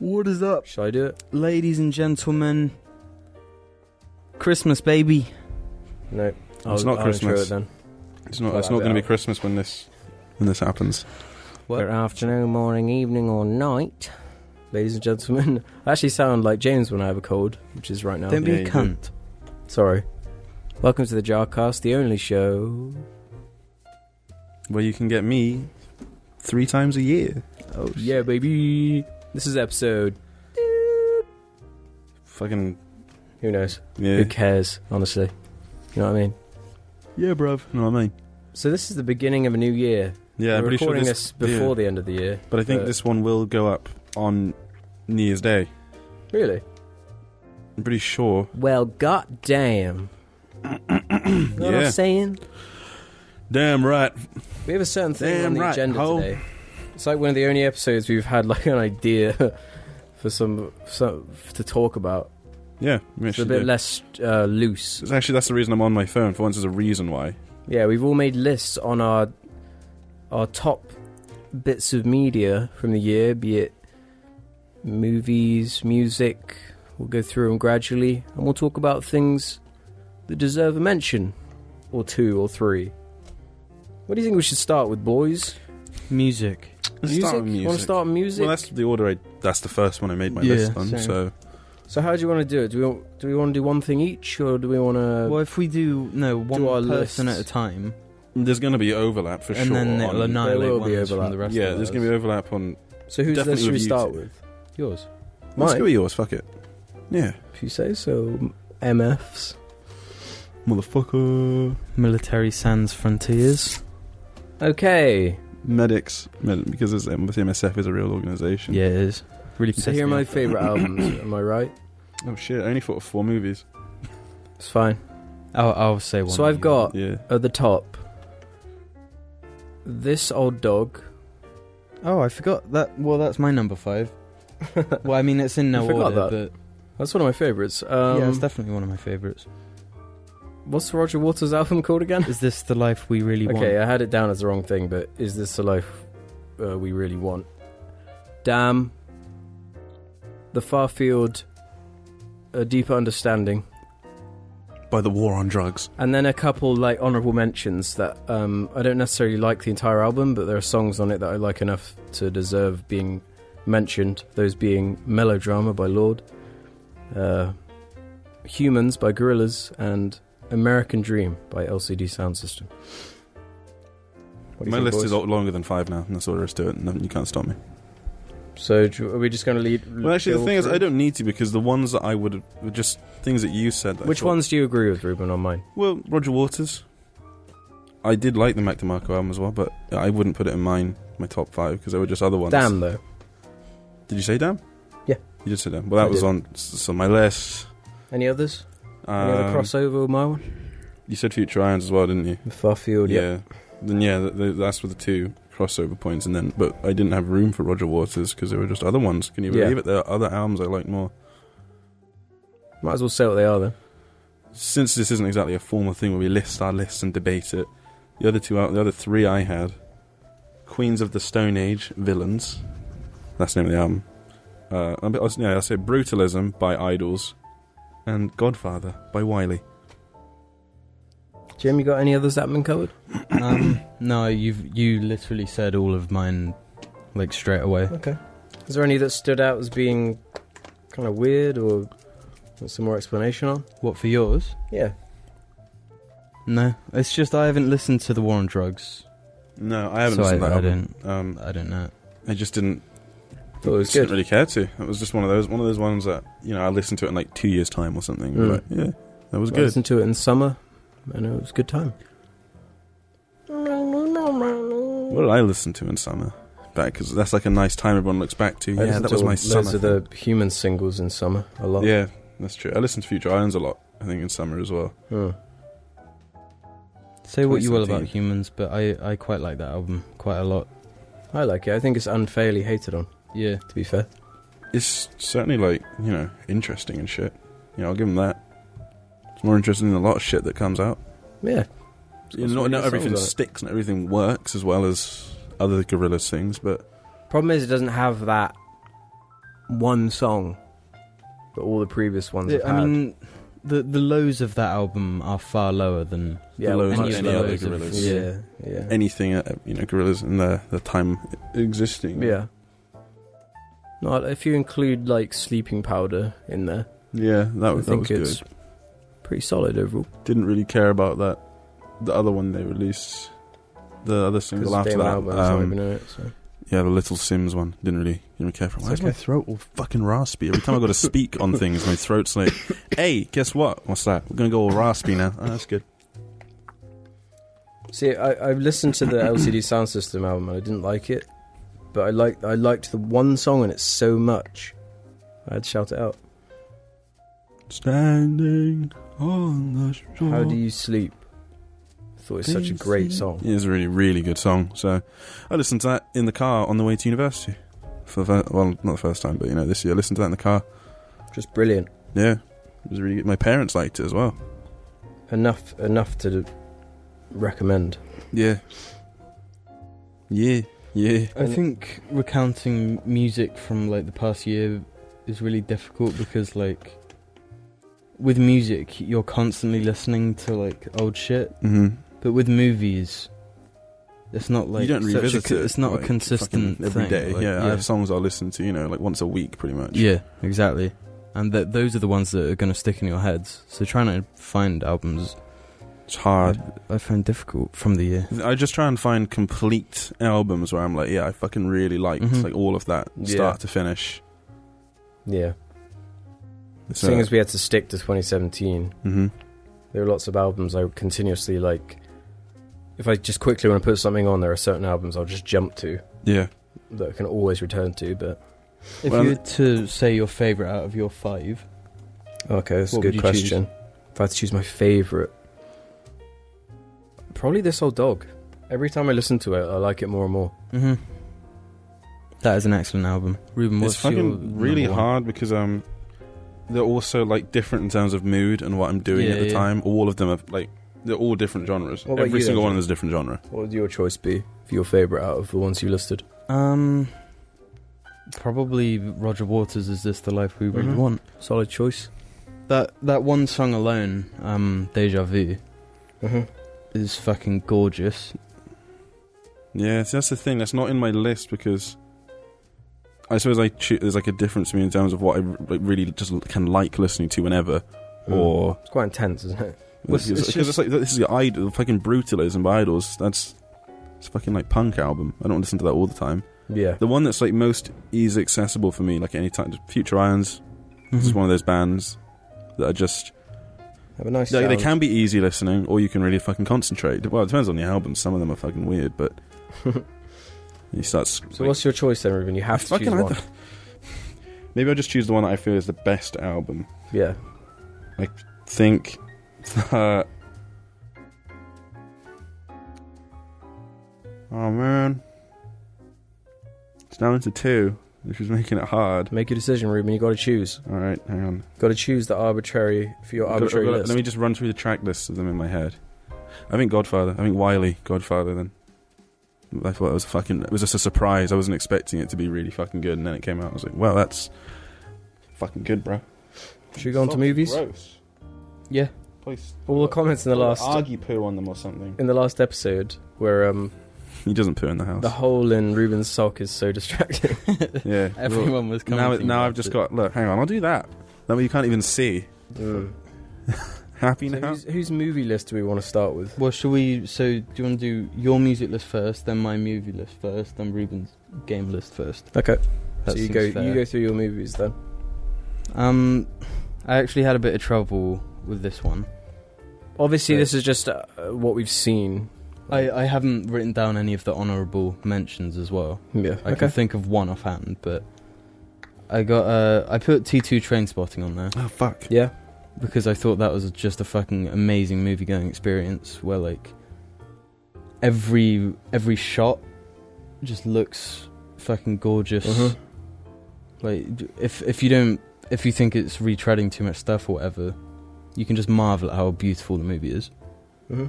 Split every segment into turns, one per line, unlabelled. orders up,
Should I do it?
ladies and gentlemen. Christmas, baby.
No.
It's not
I'll
Christmas.
Intro it then.
It's not.
Cut
It's
that
not
bit
going to be
out.
Christmas when this when this happens.
What?
Good afternoon, morning, evening, or night, ladies and gentlemen. I actually sound like James when I have a cold, which is right now.
Don't
yeah,
be a
you do.
cunt.
Sorry. Welcome to the Jarcast, the only show.
Where you can get me three times a year.
Oh, shit.
Yeah, baby. This is episode.
Fucking
Who knows?
yeah.
Who cares? Honestly, you know what I mean.
Yeah, bruv. You know what I mean?
So this is the beginning of a new year.
Yeah, I'm
We're
pretty sure
recording
this.
this before
yeah.
the end of the year.
but I think
uh,
this one will go up on New Year's Day.
Really?
I'm pretty sure.
Well, goddamn. you know what
Yeah.
I'm saying?
Damn right.
We have a certain thing
Damn
on the
right,
agenda
ho.
today. It's like one of the only episodes we've had like an idea for some, some to talk about.
Yeah. we
It's a
actually
bit
do.
less uh, loose.
It's actually that's the reason I'm on my phone. For once, there's a reason why.
Yeah, we've all made lists on our our top bits of media from the year, be it movies, music. We'll go through them gradually, and we'll talk about things that deserve a mention, or two, or three. What do you think we should start with, boys?
Music.
Let's
music?
start with music.
Want to start with music?
Well, that's the order. I that's the first one I made my
Yeah,
list on.
same.
So
So how do you want to do it? Do we want, do we want to do one thing each, or do we want to?
well, if we do no one
our
person
lists.
at a time,
there's going to be overlap for
and
sure.
then
on-
it'll annihilate
will
one
be
that's from
overlap.
the rest.
yeah,
of ours.
there's going to be overlap on.
so who's list
definitely
should we
with you
start
two.
with? Yours,
Let's
Mine.
go with yours. Fuck it. Yeah,
if you say so. MFs.
motherfucker.
military sans frontiers.
Okay.
Medics, med- because it's, um, the MSF is a real organization.
Yeah, it is really.
So
pissed
here are
me
my
off.
favourite albums, am I right?
Oh shit! I only thought of four movies.
It's fine.
I'll, I'll say one.
So
of
I've
you.
got
Yeah.
at the top This Old Dog.
Oh, I forgot that. Well, that's my number five. Well, I mean, it's in no
I forgot
order,
that. That's one of my favourites.
but
Um,
yeah, it's definitely one of my favorites.
what's Roger Waters' album called again?
Is this the life we really want?
Okay, I had it down as the wrong thing, but Is This the Life uh, We Really Want? Damn. The Farfield. A Deeper Understanding.
By the war on drugs.
And then a couple like honorable mentions that um, I don't necessarily like the entire album, but there are songs on it that I like enough to deserve being mentioned. Those being Melodrama by Lord, uh, Humans by Gorillaz, and American Dream by LCD Sound System. What do you
My
think,
list
boys?
is a lot longer than five now, and that's all there is to it. Nothing you can't stop me.
So do- are we just going to lead?
Well, actually, the
go
thing is,
through?
I don't need to because the ones that I would were just things that you said. That I
Which
thought-
ones do you agree with, Ruben, on mine?
Well, Roger Waters. I did like the Mac DeMarco album as well, but I wouldn't put it in mine, my top five, because there were just other ones.
Damn, though.
Did you say damn?
Yeah.
You did say damn. Well, that
I
was
did.
on s- so my list.
Any others? Any
Um,
other crossover with my one?
You said Future Irons as well, didn't you?
Farfield, yeah.
Then yeah, th th that's with the two crossover points, and then but I didn't have room for Roger Waters because there were just other ones. Can you
Yeah.
believe it? There are other albums I liked more.
Might as well say what they are then.
Since this isn't exactly a formal thing where we list our lists and debate it, the other two, out- the other three I had, Queens of the Stone Age, Villains. That's the name of the album. Uh, I'll, be- I'll, s- yeah, I'll say Brutalism by Idols, and Godfather by Wiley.
Jim, you got any others that have been covered?
Um, no, you've you literally said all of mine, like straight away.
Is there any that stood out as being kind of weird or want some more explanation on?
What for yours?
Yeah.
No, it's just I haven't listened to the War on Drugs.
No, I haven't
so
listened
I,
to that
I
album.
didn't.
Um,
I don't know.
I just didn't.
Thought it was
just
good.
Didn't really care to. It was just one of those one of those ones that you know I listened to it in like two years time or something.
Mm.
But yeah, that was
I
good.
listened to it in summer and it was a good time.
What did I listen to in summer? Back because that's like a nice time everyone looks back to.
I
yeah,
listened
that
to
was my
loads
summer.
of the human singles in summer a lot.
thing. Yeah, that's true. I listened to Future Islands a lot. I think in summer as well.
Hmm.
Say what you will
2017.
about humans, but I I quite like that album quite a lot.
I like it. I think it's unfairly hated on,
Yeah.
to be fair.
It's certainly like you know interesting and shit. You know, I'll give them that. It's more interesting than a lot of shit that comes out.
Yeah.
You
That's
know,
what
not, not
it
everything
sounds like.
sticks and everything works as well as other gorillas things, but
Problem is, it doesn't have that one song that all the previous ones have
I
had.
mean, the the lows of that album are far lower than
yeah,
the lows
much
of any
lower.
other Gorillaz.
Yeah, yeah,
Anything, uh, you know, gorillas in their, their time existing.
yeah. Not if you include like sleeping powder in there.
Yeah, that was,
I
that
think
was good.
it's pretty solid overall.
Didn't really care about that. The other one they released, the other single after that. um, Yeah, the Little Sims one. Didn't really, didn't really care for. it. Why
It's
is my
okay.
throat all fucking raspy every time I go to speak on things? My throat's like, "Hey, guess what? What's that? We're gonna go all raspy now." Oh, that's good.
See, I, I've listened to the LCD Sound System album and I didn't like it, but I liked I liked the one song in it so much, I'd shout it out.
Standing on the shore.
How do you sleep? I thought it's such a great song.
It is a really, really good song. So I listened to that in the car on the way to university. For the, fir- well, not the first time, but you know, this year I listened to that in the car.
Just brilliant.
Yeah, it was really. Good. My parents liked it as well.
Enough enough to recommend.
Yeah. Yeah. Yeah.
I think recounting music from like the past year is really difficult because like with music you're constantly listening to like old shit,
hmm
but with movies it's not like
you don't
such a
revisit
co-
it.
It's not
like,
a consistent
fucking every
thing,
day.
like,
yeah, I have songs I listen to. You know, like once a week, pretty much.
Yeah, exactly. And that those are the ones that are going to stick in your heads. So trying to find albums
It's hard.
I find difficult from the year.
I just try and find complete albums where I'm like, yeah, I fucking really liked
Mhm.
like all of that,
Yeah.
start to finish.
Yeah.
So-
Seeing as we had to stick to 2017,
Mhm.
there are lots of albums I continuously like. If I just quickly want to put something on, there are certain albums I'll just jump to
Yeah.
that I can always return to. But
If
Well,
you were to say your favorite out of your five,
Okay, that's
What
a
would
good
you choose?
question. If I had to choose my favourite, probably this old dog. Every time I listen to it, I like it more and more.
mm-hmm. that is an excellent album. Ruben, what's
it's
your
fucking
number
really
one?
hard because um, they're also like different in terms of mood and what I'm doing
Yeah,
at the
yeah.
time. All of them are like they're all different genres.
What about
Every
you,
single
then,
one of them is a different genre.
What would your choice be for your favourite out of the ones you listed?
Um, probably Roger Waters. Is this the life we really
Mm-hmm.
Mhm.
want?
Solid choice.
That that one song alone, um, "Deja Vu,"
Mm-hmm.
is fucking gorgeous.
Yeah, see, that's the thing. That's not in my list because I suppose I cho- there's like a difference to me in terms of what I r- like, really just l- can like listening to whenever or.
It's quite intense, isn't it?
Well,
Because
it's-
it's,
it's just-
like this is your idol, fucking brutalism by idols. That's it's a fucking like punk album. I don't listen to that all the time.
Yeah.
The one that's like most easy accessible for me, like any time, Future Irons. This
Mm-hmm.
is one of those bands that are just
Have a nice.
they, they
sound.
can be easy listening, or you can really fucking concentrate. Well, it depends on the album. Some of them are fucking weird, but you start. s-
So
like-
what's your choice then, Ruben? You have
I
to choose
fucking like
one.
that. Maybe I'll just choose the one that I feel is the best album.
Yeah.
Think. Uh, oh man, it's down to two, which is making it hard.
Make your decision, Ruben. You got to choose.
All right, hang on.
Got to choose the arbitrary for your
I've got- I've
arbitrary
got-
list.
Let me just run through the track lists of them in my head. I think Godfather. I think Wiley. Godfather. Then I thought it was fucking. It was just a surprise. I wasn't expecting it to be really fucking good, and then it came out. I was like, wow, that's fucking good, bro.
Should we go on to movies?
Gross.
Yeah.
Please.
All the comments in the last
argy poo on them or something.
in the last episode where um
He doesn't poo in the house.
the hole in Ruben's sock is so distracting.
yeah.
Everyone was coming.
Now,
to me
now I've
about
just
it.
got. Look, hang on. I'll do that. That way you can't even see. Mm. Happy
So
now.
whose, whose movie list do we want to start with?
Well, shall we? So, do you want to do your music list first, then my movie list first, then Ruben's game list first?
Okay,
That
so you
seems
go
fair.
you go through your movies then.
Um, I actually had a bit of trouble with this one.
Obviously,
Right.
this is just uh, what we've seen.
I,
uh,
I haven't written down any of the honourable mentions as well.
yeah.
I
Okay.
can think of one offhand, but I got uh, I put T two Train Spotting on there
Oh fuck.
yeah.
because I thought that was just a fucking amazing movie going experience where like every every shot just looks fucking gorgeous.
Mhm.
Like d- if if you don't if you think it's retreading too much stuff or whatever, you can just marvel at how beautiful the movie is.
hmm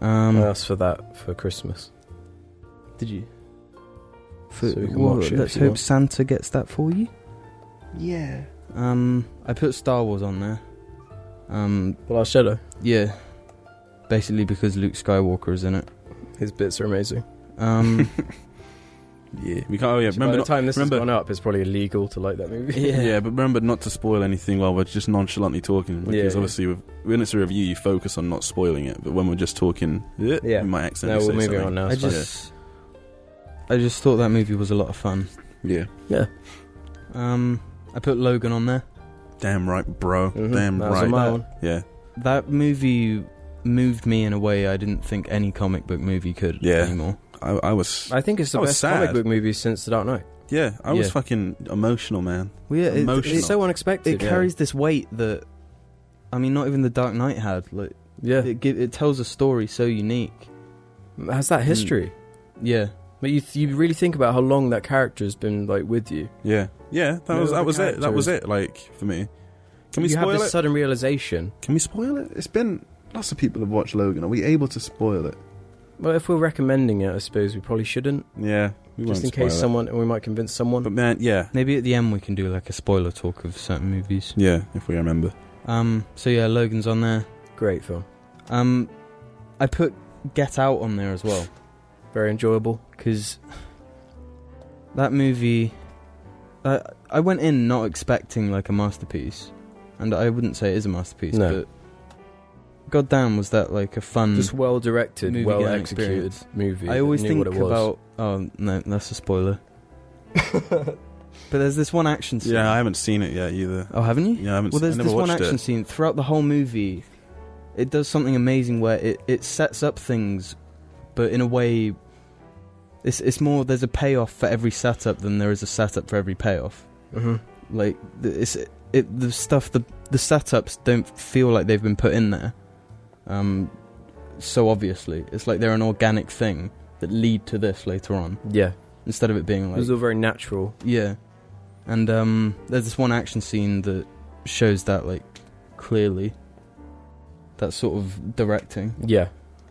Um,
I asked for that for Christmas.
Did you?
So we can watch it if
let's
you
hope
want.
Santa gets that for you. Yeah. Um, I put Star Wars on there. Um,
The Last Shadow.
yeah. Basically because Luke Skywalker is in it.
His bits are amazing.
Um,
Yeah, we can't. Oh yeah,
So by
remember
the
not.
time this
remember-
has gone up, it's probably illegal to like that movie.
yeah.
yeah. but remember not to spoil anything while we're just nonchalantly talking. Because
Yeah, yeah.
obviously, with, when it's a review, you focus on not spoiling it. But when we're just talking, yeah,
Yeah.
we might
no,
accidentally
we're
say
moving
something.
on now.
I
it's fine.
just, I just thought that movie was a lot of fun.
Yeah,
Um, I put Logan on there.
damn right, bro.
Mhm,
Damn
that was
right.
on my one.
Yeah,
That movie moved me in a way I didn't think any comic book movie could
Yeah.
anymore.
I, I was.
I think it's the
That was
best
sad.
comic book movie since The Dark Knight.
yeah, I was
Yeah.
fucking emotional, man.
Well, yeah, it-
Emotional.
it,
It's so unexpected.
it
yeah.
carries this weight that, I mean, not even the Dark Knight had. Like,
Yeah,
it, gi- it tells a story so unique.
it has
Hmm.
that history.
Yeah,
But you you really think about how long that character's been like with you.
Yeah, yeah. That
Yeah,
was
the
that was it. That was
characters.
it. Like for me, can we
you have
spoil
this
it?
sudden realization.
Can we spoil it? It's been lots of people have watched Logan. Are we able to spoil it?
Well, if we're recommending it, I suppose we probably shouldn't,
Yeah, we
just
won't
in case
spoil it.
someone we might convince someone.
But man, yeah,
maybe at the end we can do like a spoiler talk of certain movies.
yeah. If we remember,
Um, so yeah, Logan's on there.
Great film,
Um, I put Get Out on there as well
very enjoyable.
because that movie, I I went in not expecting like a masterpiece, and I wouldn't say it is a masterpiece,
No.
but goddamn, was that like a
Hmm.
fun.
Just well directed,
Movie
well
going
executed
experience.
movie.
I
that
always
knew
think
what it was.
about. Oh no, that's a spoiler. But there's this one action scene.
yeah, I haven't seen it yet either.
Oh, haven't you?
Yeah, I haven't.
Well,
I
there's
never
this one
watched
action
it.
scene throughout the whole movie. It does something amazing where it, it sets up things, but in a way, it's it's more there's a payoff for every setup than there is a setup for every payoff.
Mhm.
Like th- it's it the stuff the the setups don't feel like they've been put in there. Um, so obviously, it's like they're an organic thing that lead to this later on
Yeah,
instead of it being
it
like
was all very natural.
yeah. And um there's this one action scene that shows that like clearly. That sort of directing.
Yeah,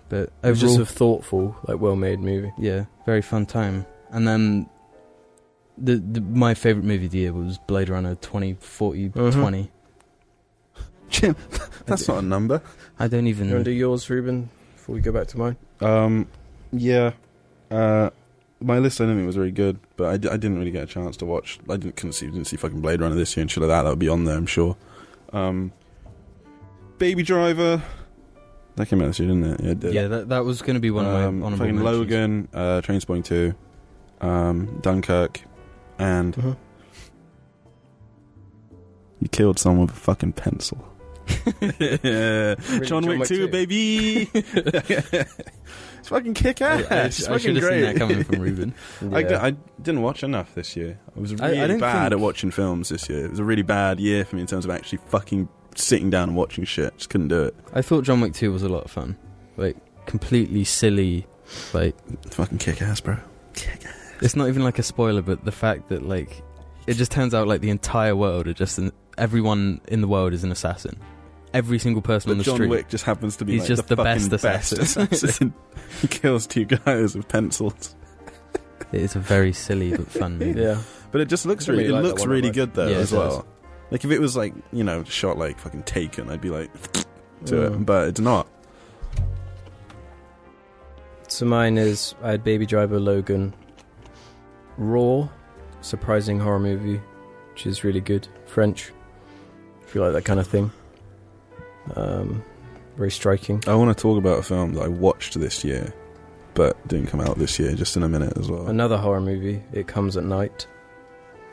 But
it was
overall
just a thoughtful, like well made movie.
Yeah, very fun time. And then the, the my favourite movie of the year was Blade Runner twenty forty
Mhm.
twenty.
Jim, that's not a number.
I don't even
You want to do yours, Ruben, before we go back to mine?
Um, yeah. Uh, my list I don't think was very good, but I, d- I didn't really get a chance to watch. I didn't couldn't see didn't see fucking Blade Runner this year and shit like that. That would be on there, I'm sure. Um, Baby Driver. That came out this year, didn't it? Yeah, it did.
Yeah, that that was gonna be one of my
Um,
honourable
fucking
mentions.
Logan, uh, Trainspotting Two, um, Dunkirk, and
Mhm.
you killed someone with a fucking pencil. Yeah. John, Wick, 2, baby. it's fucking kick ass.
I, I, I
it's
should
fucking
have seen
great.
that coming from Ruben.
I, d-
Yeah.
I didn't watch enough this year. I was
I- I
really
don't
bad
think-
at watching films this year. It was a really bad year for me in terms of actually fucking sitting down and watching shit. Just couldn't do it.
I thought John Wick two was a lot of fun. Like completely silly like
Fucking kick ass, bro.
It's not even like a spoiler, but the fact that like it just turns out like the entire world are just an, everyone in the world is an assassin. Every single person on
But
the
John
street.
Wick just happens to be
He's
like,
just
the,
the
fucking
best assassin.
assassin. he kills two guys with pencils.
It is a very silly but fun movie.
yeah,
But it just looks
I
really,
really like
it
that
looks
one that
really
much.
good though
Yeah, it
as
does.
well. Like if it was like you know shot like fucking Taken, I'd be like to it,
Mm.
but it's not.
So mine is I had Baby Driver, Logan, Raw, surprising horror movie, which is really good. French, if you like that kind of thing. Um, very striking.
I want to talk about a film that I watched this year, but didn't come out this year. Just in a minute as well.
Another horror movie. It comes at night,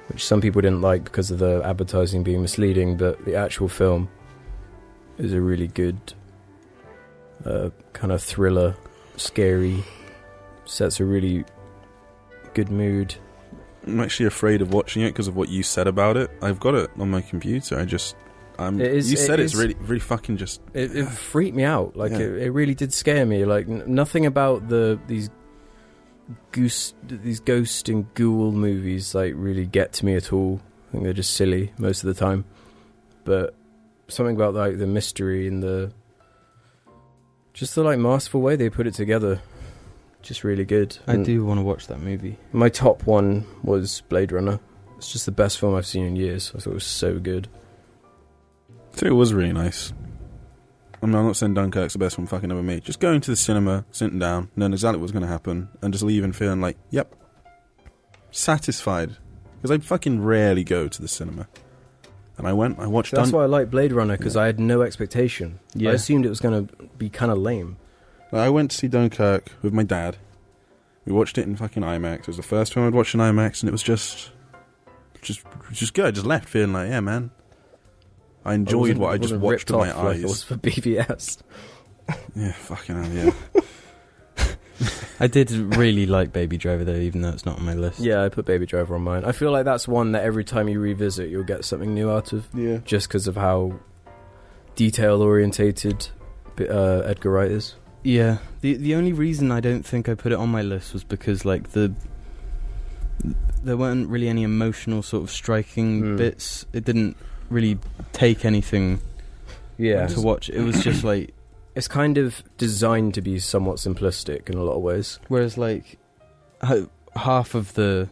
which some people didn't like because of the advertising being misleading, but the actual film is a really good uh, kind of thriller, scary, sets a really good mood.
I'm actually afraid of watching it because of what you said about it. I've got it on my computer. I just, I'm.
It is-
you
it
said it's
is-
really, really fucking just.
It, it freaked me out. Like
Yeah.
it, it really did scare me. Like n- nothing about the these goose these ghost and ghoul movies like really get to me at all. I think they're just silly most of the time. But something about like the mystery and the just the like masterful way they put it together, just really good.
I
And
do want to watch that movie.
My top one was Blade Runner. It's just the best film I've seen in years. I thought it was so good.
I think it was really nice. I mean, I'm not saying Dunkirk's the best one fucking ever made. Just going to the cinema, sitting down, knowing exactly what's going to happen, and just leaving feeling like, yep, satisfied. Because I fucking rarely go to the cinema. And I went, I watched
That's
Dunkirk.
why I like Blade Runner because I had no expectation.
Yeah.
I assumed it was going to be kind of lame.
I went to see Dunkirk with my dad. We watched it in fucking IMAX. It was the first time I'd watched an IMAX, and it was just, just, just good. I just left feeling like, yeah, man. I enjoyed
wasn't-
what I just
wasn't ripped
watched with my
off like
eyes.
It was for BVS.
Yeah, fucking hell, yeah.
I did really like Baby Driver though, even though it's not on my list.
Yeah, I put Baby Driver on mine. I feel like that's one that every time you revisit, you'll get something new out of,
yeah.
just because of how detail orientated uh, Edgar Wright is.
Yeah. The the only reason I don't think I put it on my list was because like the there weren't really any emotional sort of striking
Hmm.
bits. It didn't really take anything
Yeah,
to watch. It was just like
it's kind of designed to be somewhat simplistic in a lot of ways.
whereas like ho- half of the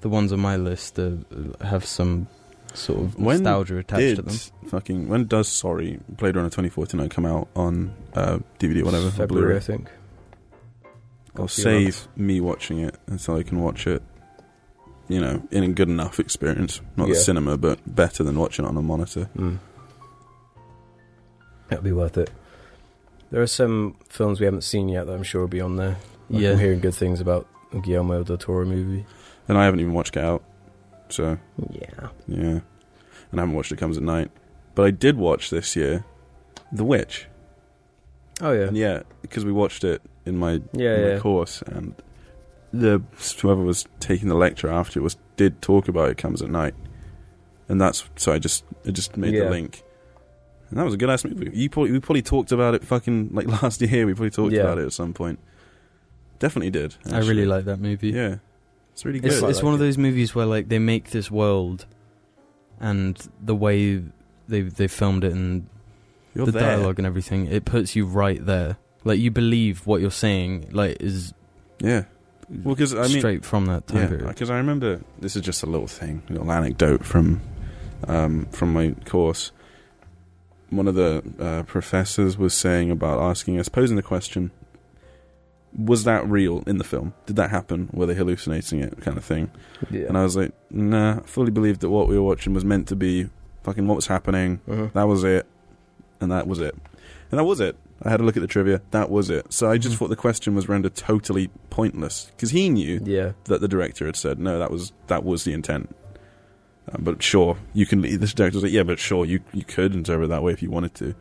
the ones on my list uh, have some sort of
When
nostalgia attached to
Did
them.
fucking when does sorry Blade Runner 2049 come out on uh, DVD or whatever or
February, I
Blu-ray?
think.
I'll
few months.
save me watching it until I can watch it. You know, in a good enough experience, not the
Yeah.
cinema, but better than watching it on a monitor.
Mm. That'll be worth it. There are some films we haven't seen yet that I'm sure will be on there. Like,
Yeah.
I'm hearing good things about the Guillermo del Toro movie.
And I haven't even watched Get Out, so
Yeah.
yeah. And I haven't watched It Comes at Night, but I did watch this year, The Witch.
Oh yeah.
And yeah, because we watched it in my
Yeah,
in the
yeah.
course, and the whoever was taking the lecture after it was did talk about it comes at night, and that's so I just it just made the
Yeah.
link, and that was a good ass movie. You probably, we probably talked about it fucking like last year. We probably talked
Yeah.
about it at some point. Definitely did.
I really
actually.
like that movie.
Yeah, it's really good.
It's,
Yeah.
it's
I like
one of
it.
those movies where like they make this world, and the way they they filmed it and
You're
the
there.
dialogue and everything, it puts you right there. Like you believe what you're saying, like is
Yeah. Well, because I mean,
straight from that time
Yeah,
period.
because I remember this is just a little thing, a little anecdote from um, from my course. One of the uh, professors was saying about asking us, posing the question, was that real in the film? Did that happen? Were they hallucinating it, kind of thing?
Yeah.
And I was like, nah, I fully believed that what we were watching was meant to be fucking what was happening.
Mhm.
That was it, and that was it, and that was it. I had a look at the trivia. That was it. So I just
Mhm.
thought the question was rendered totally pointless because he knew
Yeah.
that the director had said no that was that was the intent uh, but sure you can the director's like yeah but sure you you could interpret it that way if you wanted to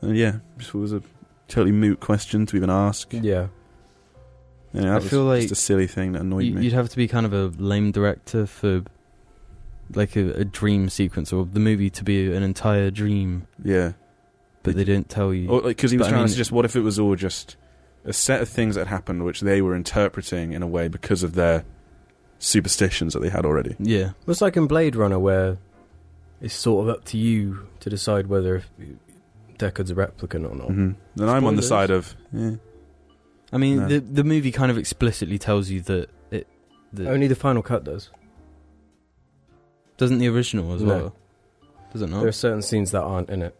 and yeah it was a totally moot question to even ask yeah,
Yeah.
that
I
was
feel
just
like
a silly thing that annoyed
You,
me
would have to be kind of a lame director for like a, a dream sequence or the movie to be an entire dream,
yeah
but they don't tell you.
because he was
But I
trying
mean-
to suggest what if it was all just a set of things that happened which they were interpreting in a way because of their superstitions that they had already
yeah,
Well, It's like in Blade Runner where it's sort of up to you to decide whether if Deckard's a replicant or not.
mm-hmm. and i'm on the
Spoilers.
side of yeah,
I mean
No.
the the movie kind of explicitly tells you that it. That
Only the final cut does.
Doesn't the original as
No.
well? Does it not?
There are certain scenes that aren't in it.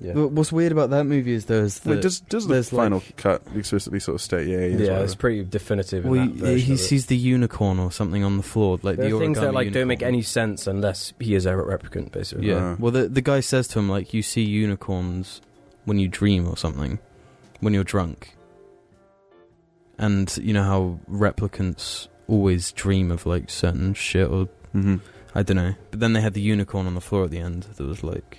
Yeah.
Well, What's weird about that movie is there's the
Wait, does does the
there's
final
like-
cut explicitly sort of state yeah
yeah,
yeah, yeah
it's pretty definitive. In
well,
that
he,
version
he
of it.
sees the unicorn or something on the floor, like
there
the
are things that
origami
like don't make
unicorn.
any sense unless he is a replicant, basically.
Yeah.
Uh.
Well, the the guy says to him like, "You see unicorns when you dream or something, when you're drunk." And you know how replicants always dream of like certain shit or
mm-hmm.
I don't know. But then they had the unicorn on the floor at the end that was like.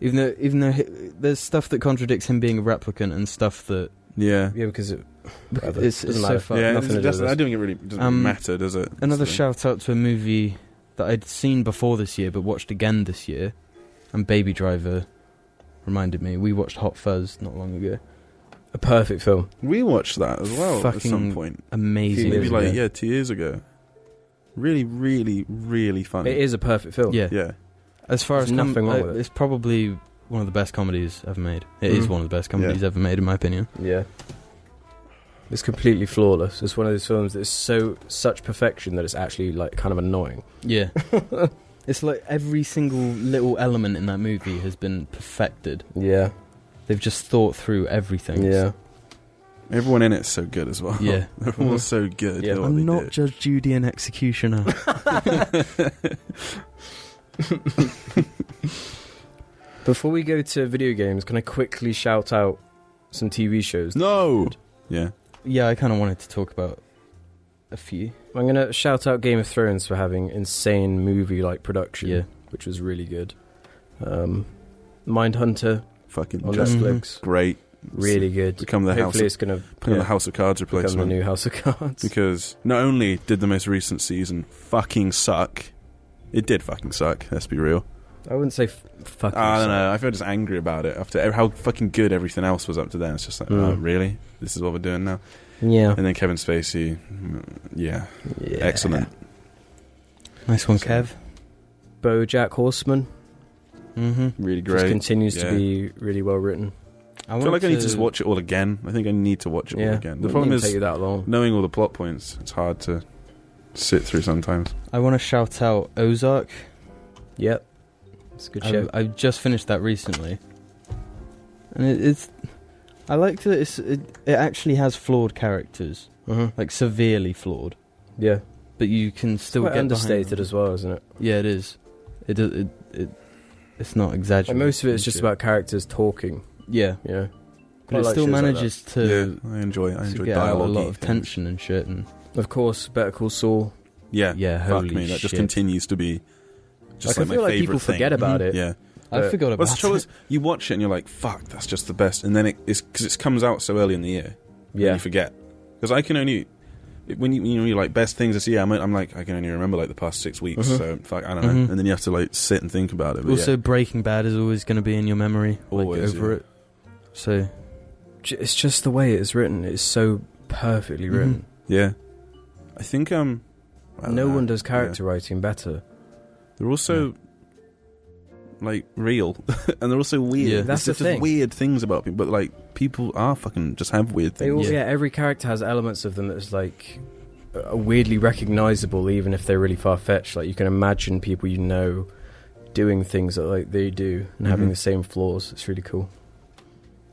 Even though, even though he, there's stuff that contradicts him being a replicant and stuff that
yeah
Yeah, because it, Whatever.
it's, it's
Doesn't
so
matter.
far.
yeah,
nothing to do
that's-
with
I
this.
don't think it really doesn't
Um,
matter, does it?
Another
So-
shout out to a movie that I'd seen before this year but watched again this year, and Baby Driver reminded me. We watched Hot Fuzz not long ago.
a perfect film.
We watched that as well at
Fucking
some point.
Amazing.
Few
Maybe
years
like
ago.
yeah, two years ago. Really, really, really funny.
It is a perfect film.
yeah.
Yeah,
As far
There's
as com-
nothing wrong
uh,
with it.
it's probably one of the best comedies ever made. It is
Mhm.
one of the best comedies
Yeah.
ever made, in my opinion.
Yeah. It's completely flawless. It's one of those films that's so such perfection that it's actually like kind of annoying.
Yeah. it's like every single little element in that movie has been perfected.
Yeah,
They've just thought through everything.
yeah.
Everyone in it's so good as well.
Yeah.
everyone's so good.
Yeah.
at what they
I'm not
do.
Judge Judy and Executioner.
Before we go to video games, can I quickly shout out some TV shows?
No. Yeah.
yeah, I kind of wanted to talk about a few.
I'm gonna shout out Game of Thrones for having insane movie-like production,
Yeah.
which was really good. Um, Mindhunter
Fucking
on
just
Mhm.
Netflix,
great.
Mm-hmm.
really good.
Become the house.
Hopefully, it's gonna
become
yeah,
the House of Cards
become the
replacement.
new House of Cards.
Because not only did the most recent season fucking suck, it did fucking suck. Let's be real.
I wouldn't say f- fucking.
I don't
suck.
know. I feel just angry about it after ev- how fucking good everything else was up to then. It's just like,
Mm.
oh, really? This is what we're doing now.
Yeah.
And then Kevin Spacey, mm, yeah,
yeah.
excellent.
Nice one, Kev.
BoJack Horseman
Mm-hmm.
Really
just
great.
continues
Yeah.
to be really well written.
I,
I
wanted
feel like I need to just watch it all again. I think I need to watch it all
Yeah.
again. The
Wouldn't
problem
even
is
take you that long.
knowing all the plot points. It's hard to sit through sometimes.
I want to shout out Ozark.
Yep. It's a good
I,
show.
I just finished that recently, and it, it's. I like that it's, it. It actually has flawed characters,
Mhm.
like severely flawed,
Yeah.
but you can still
Quite
get
understated
behind
as well, isn't it?
Yeah, it is. It do- it it. It's not
Like
exaggerated.
most of it is just about characters talking.
Yeah,
Yeah.
but it
like
still
shows like
manages to,
yeah, I enjoy. I
to
enjoy
get out a
dialogue.
lot of tension and shit. And
that. Of course, Better Call Saul.
Yeah,
yeah,
fuck
holy
me. That
shit.
just continues to be. Just
like,
like
I feel
my
like
favorite
people
thing. Mm-hmm.
forget about
Mhm.
it.
Yeah.
I
but-
forgot about
Well, the trouble
it.
is, you watch it and you're like, "Fuck, that's just the best," and then it is because it comes out so early in the year. and
Yeah.
you forget because I can only it- when you you know you're like best things this year. I'm, I'm like I can only remember like the past six weeks,
Mhm.
so fuck, I don't
Mhm.
know. And then you have to like sit and think about it. But
Also, Breaking Bad is always going to be in your memory, like,
Always,
over
yeah.
it. So
J- It's just the way it's written. It's so perfectly
Mhm.
written.
yeah, yeah, I think um, Mm-hmm. I don't
No
know.
one does character writing better.
They're also like real, and they're also weird.
Yeah.
It's
That's the
just
thing.
weird things about people, but like people are fucking just have weird
They
things.
all,
Yeah.
yeah. every character has elements of them that's like uh, weirdly recognizable, even if they're really far fetched. Like you can imagine people you know doing things that like they do and having
Mhm.
the same flaws. It's really cool.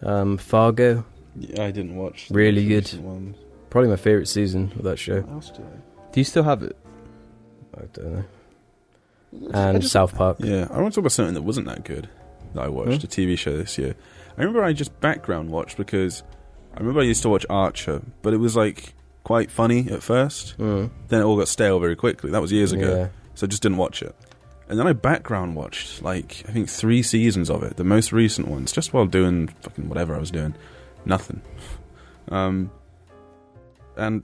Um, Fargo,
Yeah, I didn't watch the
Really good.
recent ones.
probably my favorite season of that show.
What else did I?
do you still have it?
I don't know. And South Park.
Yeah, I want to talk about something that wasn't that good that I watched,
Hmm?
a TV show this year. I remember I just background watched because I remember I used to watch Archer, but it was like quite funny at first.
Mm.
Then it all got stale very quickly. That was years ago.
Yeah.
So I just didn't watch it. And then I background watched like I think three seasons of it, the most recent ones, just while doing fucking whatever I was doing, nothing. Um, and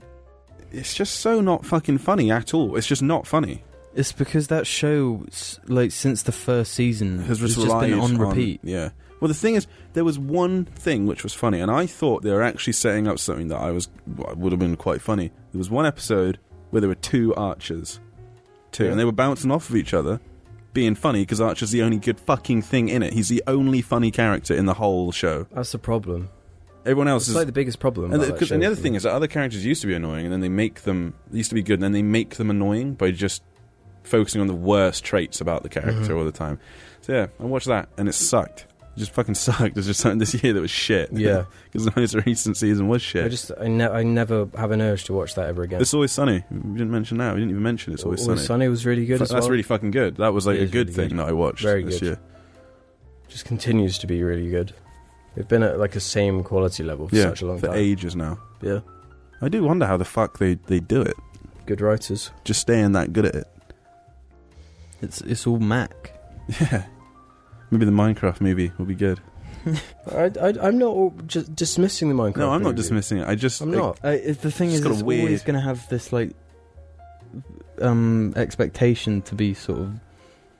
it's just so not fucking funny at all. It's just not funny.
It's because that show, s- like since the first season,
has just,
Mm. just been
relied
on repeat.
yeah. Well, the thing is, there was one thing which was funny, and I thought they were actually setting up something that I was would have been quite funny. There was one episode where there were two archers, two,
Yeah.
and they were bouncing off of each other, being funny because Archer's the only good fucking thing in it. He's the only funny character in the whole show.
That's the problem.
Everyone else
It's
is.
like the biggest problem.
and,
about
the,
that
'cause- and
show
the other
for
thing
me.
is that other characters used to be annoying, and then they make them they used to be good, and then they make them annoying by just focusing on the worst traits about the character
Mhm.
all the time. So yeah, I watched that, and it sucked. It just fucking sucked. There's just something this year that was shit.
yeah,
because the most recent season
I
was shit.
just I, ne- I never have an urge to watch that ever again.
It's always sunny. We didn't mention that. We didn't even mention it's always, sunny.
was really good.
Fu-
as
That's
well.
really fucking good. That was like
It
a
is
good
really
thing that I watched
Very
this
good.
year.
just continues to be really good. They've been at like a same quality level for
yeah,
such a long
for
time.
ages now.
Yeah,
I do wonder how the fuck they they do it.
good writers.
Just staying that good at it.
It's it's all Mac.
Yeah. Maybe the Minecraft movie will be good.
I, I, am not all just dismissing the Minecraft.
No, I'm not
movie.
dismissing it. I just
I'm
I-
not.
Uh, it- the thing
It's
is,
got a
it's
weird-
always going to have this like um expectation to be sort of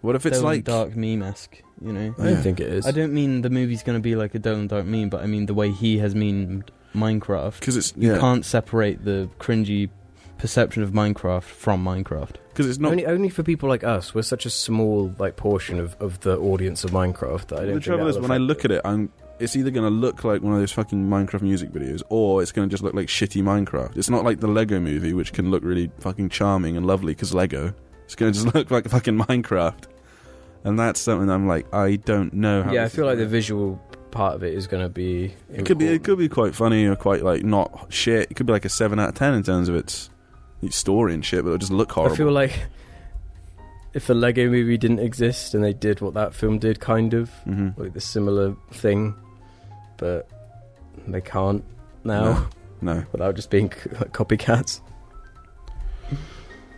What if it's
Dolan
like
dark meme esque. You know,
I don't
Yeah.
think it is.
I don't mean the movie's going to be like a Dolan dark meme, but I mean the way he has memed Minecraft.
because it's
You
yeah
can't separate the cringy perception of Minecraft from Minecraft.
because it's not.
only, only for people like us. We're such a small like portion of, of the audience of Minecraft that I don't.
the
think
trouble is
that'll
when I
affect
look at it, I'm it's either going to look like one of those fucking Minecraft music videos, or it's going to just look like shitty Minecraft. It's not like the Lego movie, which can look really fucking charming and lovely because Lego. It's going to just look like fucking Minecraft. And that's something I'm like, I don't know how.
yeah, I
this is
feel like the
gonna-
visual part of it is going to be.
It could be, it could be quite funny or quite like not shit. It could be like a seven out of ten in terms of its, its story and shit, but it'll just look horrible.
I feel like if the Lego movie didn't exist and they did what that film did, kind of
hmm
like the similar thing, but they can't now
No,
without just being c- like copycats.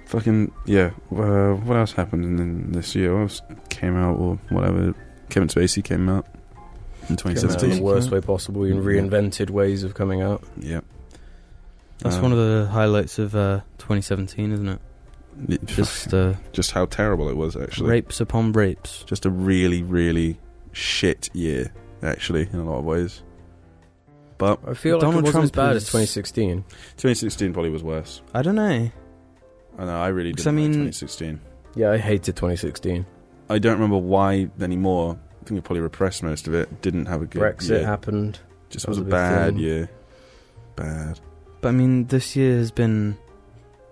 fucking yeah. Uh, what else happened in, in this year? What else came out or whatever? Kevin Spacey came out in
Came out in the
2017.
Spacey.
worst way possible in
Yeah.
reinvented ways of coming out.
Yeah, Uh,
That's one of the highlights of uh, 2017, isn't it?
the
Just uh,
just how terrible it was actually.
rapes upon rapes.
Just a really, really shit year actually in a lot of ways. But
I feel
Donald
like it wasn't
Trump
as bad
is-
as 2016.
2016 probably was worse.
I don't know.
I know. I really
'Cause
didn't
I mean-
like 2016.
Yeah, I hated 2016.
I don't remember why anymore. I think I probably repressed most of it. Didn't have a good
Brexit
year.
happened.
Just
That was
was, a
a big
bad
thing.
year. Bad.
But I mean, this year has been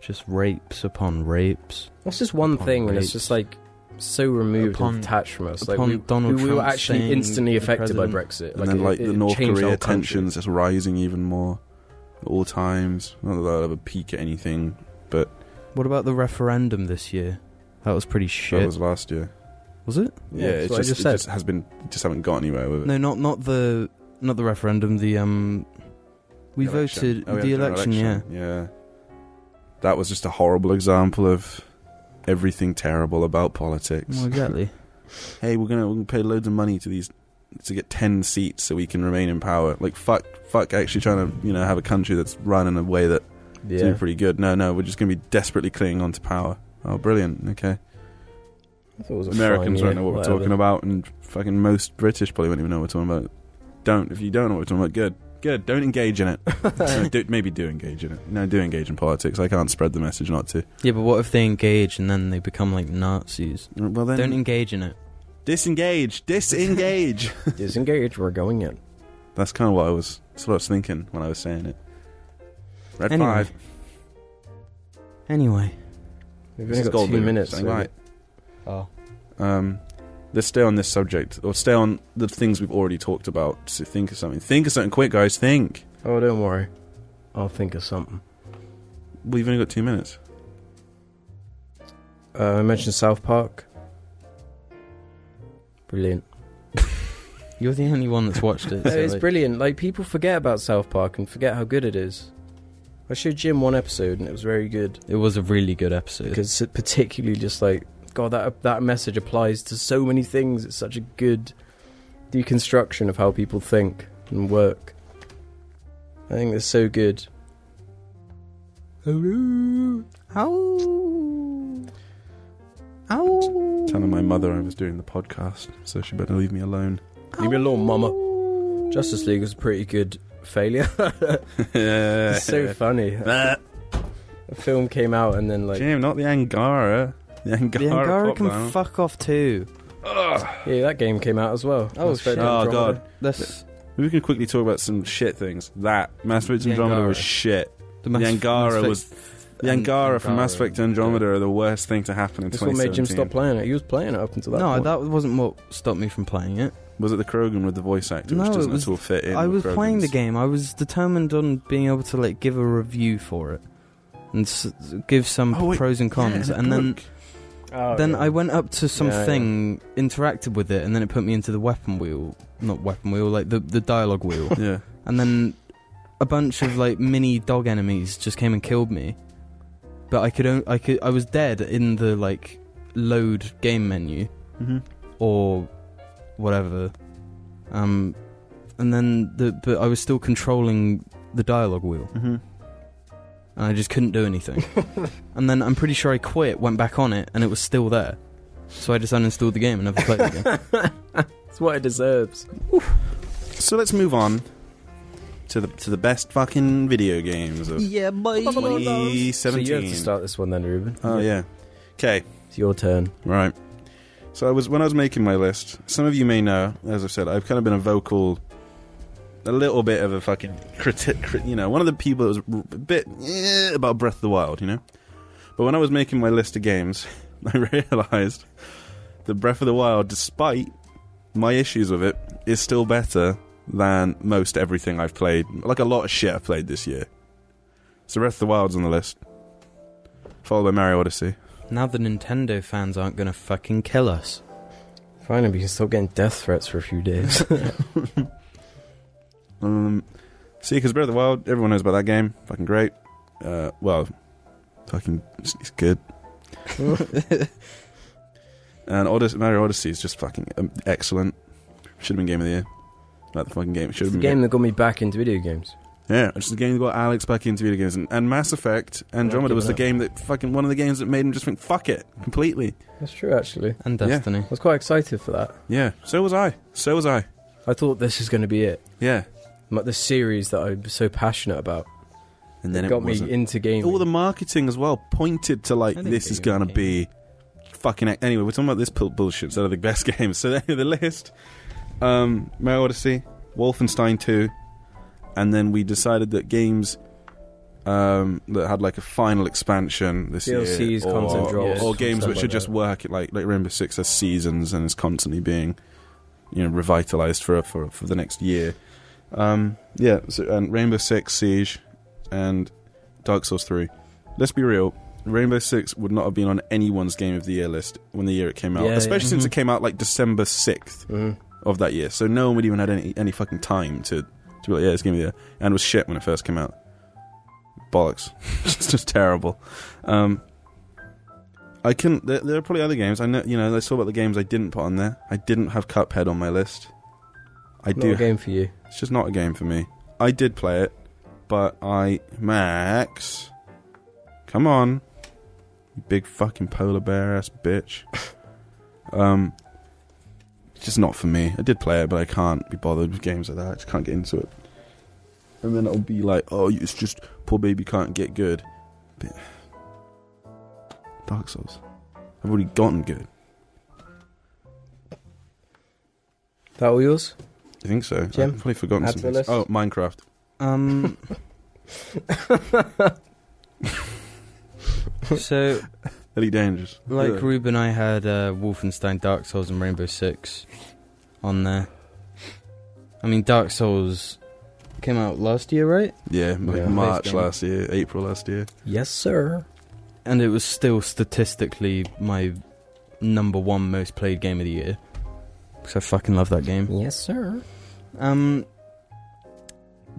just rapes upon rapes.
That's just one
Upon
thing, and it's
rapes.
just like so removed
Upon-
and detached from us. Like
upon
we,
Donald
we were
Trump
actually
saying
instantly
the
affected by
president-
Brexit.
And then,
it-
like,
it
the North
changed our
Korea
country.
tensions, that's rising even more at all times. Not that they'll ever peak at anything.
What about the referendum this year? That was pretty shit.
That
Was...
was last year.
it?
Yeah,
that's
it's
what I
just,
just
it
said.
just has been, just haven't got anywhere with it.
No, not not the not the referendum. The um, we
Election.
voted
Oh, yeah,
the
general
election, Yeah,
Yeah. Yeah. That was just a horrible example of everything terrible about politics.
Well, exactly.
hey, we're gonna, we're gonna pay loads of money to these to get ten seats so we can remain in power. Like fuck, fuck, actually trying to you know have a country that's run in a way that's
Yeah.
pretty good. No, no, we're just gonna be desperately clinging on to power. Oh, brilliant. Okay,
I thought it was a
Americans
fine
don't
year,
know what
whatever.
we're talking about, and fucking most British probably won't even know what we're talking about. Don't if you don't know what we're talking about, good. Good. Don't engage in it. No, do, maybe do engage in it. No, do engage in politics. I can't spread the message not to.
yeah, but what if they engage and then they become like Nazis?
Well then,
Don't engage in it.
disengage. Disengage.
Disengage, we're going in.
That's kind of what I was sort of thinking when I was saying it. Red
Anyway.
five.
Anyway.
We've
This
only
is
got two
Goldblum,
minutes.
saying
so-
right.
Oh.
Um, let's stay on this subject, or stay on the things we've already talked about. So think of something. Think of something quick, guys. Think.
Oh, don't worry. I'll think of something.
We've only got two minutes.
Uh, I mentioned South Park. Brilliant.
You're the only one that's watched it.
No,
so,
it's
like-
brilliant. Like people forget about South Park and forget how good it is. I showed Jim one episode and it was very good
It was a really good episode.
because it particularly just like God that that message applies to so many things. It's such a good deconstruction of how people think and work. I think it's so good.
How? How?
Telling my mother I was doing the podcast, so she better leave me alone.
Leave me alone, Mama. Justice League was a pretty good failure. it's so funny. a film came out and then like
Jim, not the Angara. The Angara.
The Angara
pop
can
down.
fuck off too.
Ugh.
yeah that game came out as well
Oh,
Mass Effect
shit.
Oh,
Andromeda.
God.
That's
We can quickly talk about some shit things. That Mass Effect
The
Andromeda was
Angara.
shit.
the,
the
Mass-
Angara
Mass Effect-
was The Angara from Mass Effect Andromeda are the worst thing to happen in
That's what
2017.
made Jim stop playing it. He was playing it up until that
no,
point.
that wasn't what stopped me from playing it.
Was it the Krogan with the voice actor,
No,
which
it
doesn't
was-
at all fit in?
I was
with
playing the
Krogan's?
game. I was determined on being able to like give a review for it and s- give some
Oh, wait.
pros and cons,
Yeah,
and then
book.
Oh,
then
yeah.
I went up to
Yeah, yeah.
something, interacted with it, and then it put me into the weapon wheel, not weapon wheel, like the the dialogue wheel,
yeah,
and then a bunch of like mini dog enemies just came and killed me, but I could on- I could I was dead in the like load game menu,
mm-hmm.
or whatever. Um, and then the but I was still controlling the dialogue wheel,
Mm-hmm.
and I just couldn't do anything. and then I'm pretty sure I quit, went back on it, and it was still there. So I just uninstalled the game and never played it again.
It's what it deserves.
So let's move on to the to the best fucking video games of
yeah, boy.
2017.
So you have to start this one then, Ruben.
Oh yeah. Okay.
It's your turn.
Right. So I was when I was making my list. Some of you may know, as I said, I've kind of been a vocal a little bit of a fucking critic, crit, you know, one of the people that was r- a bit eh, about Breath of the Wild, you know. But when I was making my list of games, I realized that Breath of the Wild, despite my issues with it, is still better than most everything I've played. Like a lot of shit I've played this year. So Breath of the Wild's on the list, followed by Mario Odyssey.
Now the Nintendo fans aren't gonna fucking kill us.
Finally, we can stop getting death threats for a few days.
Um, see, because Breath of the Wild, everyone knows about that game. Fucking great. Uh, well, fucking, it's, it's good. and Odyssey, Mario Odyssey is just fucking um, excellent. Should have been game of the year. Like the fucking game. Should
it's
have
the
been
game that got me back into video games.
Yeah, it's the game that got Alex back into video games, and, and Mass Effect Andromeda
give
was
it
the
up.
game that fucking one of the games that made him just think fuck it completely.
That's true, actually.
And
Yeah.
Destiny.
I was quite excited for that.
Yeah, so was I. So was I.
I thought this is going to be it.
Yeah,
Like the series that I'm so passionate about.
and then it,
got
wasn't.
me into gaming.
All the marketing as well pointed to like
I didn't
this
think
is
it
gonna
was a
be fucking. Ex- anyway, we're talking about this pil- bullshit. So they're the best games. So they're the list: um, Mario Odyssey, Wolfenstein Two, and then we decided that games um, that had like a final expansion this
DLCs,
year, or,
content
drops,
or games
stuff
which
like
should just
that.
work at like like Rainbow Six has seasons and is constantly being you know revitalized for for for the next year. Um, yeah, so, and Rainbow Six Siege and Dark Souls Three. Let's be real. Rainbow Six would not have been on anyone's game of the year list when the year it came out,
Yeah, Mm-hmm. yeah.
especially since
Mhm.
it came out like December sixth
Mhm.
of that year. So no one would even had any any fucking time to to be like, yeah, it's game of the year, and it was shit when it first came out. Bollocks, it's just terrible. Um, I can. There, there are probably other games. I know. You know, let's talk about the games I didn't put on there. I didn't have Cuphead on my list. I
Not
do.
a game for you.
It's just not a game for me. I did play it, but I Max, come on, you big fucking polar bear ass bitch. um, it's just not for me. I did play it, but I can't be bothered with games like that. I just can't get into it. And then it'll be like, oh, it's just poor baby can't get good. But Dark Souls, I've already gotten good.
That all yours?
I think so.
Jim,
I've probably forgotten
add to
some
the
things. Oh, Minecraft.
Um. so,
Elite Dangerous.
like
Yeah.
Ruben, I had uh, Wolfenstein, Dark Souls, and Rainbow Six on there. I mean, Dark Souls came out last year, right?
Yeah, like
Yeah.
March
Based on-
last year, April last year.
Yes, sir.
And it was still statistically my number one most played game of the year. Because I fucking love that game.
Yes, sir.
Um,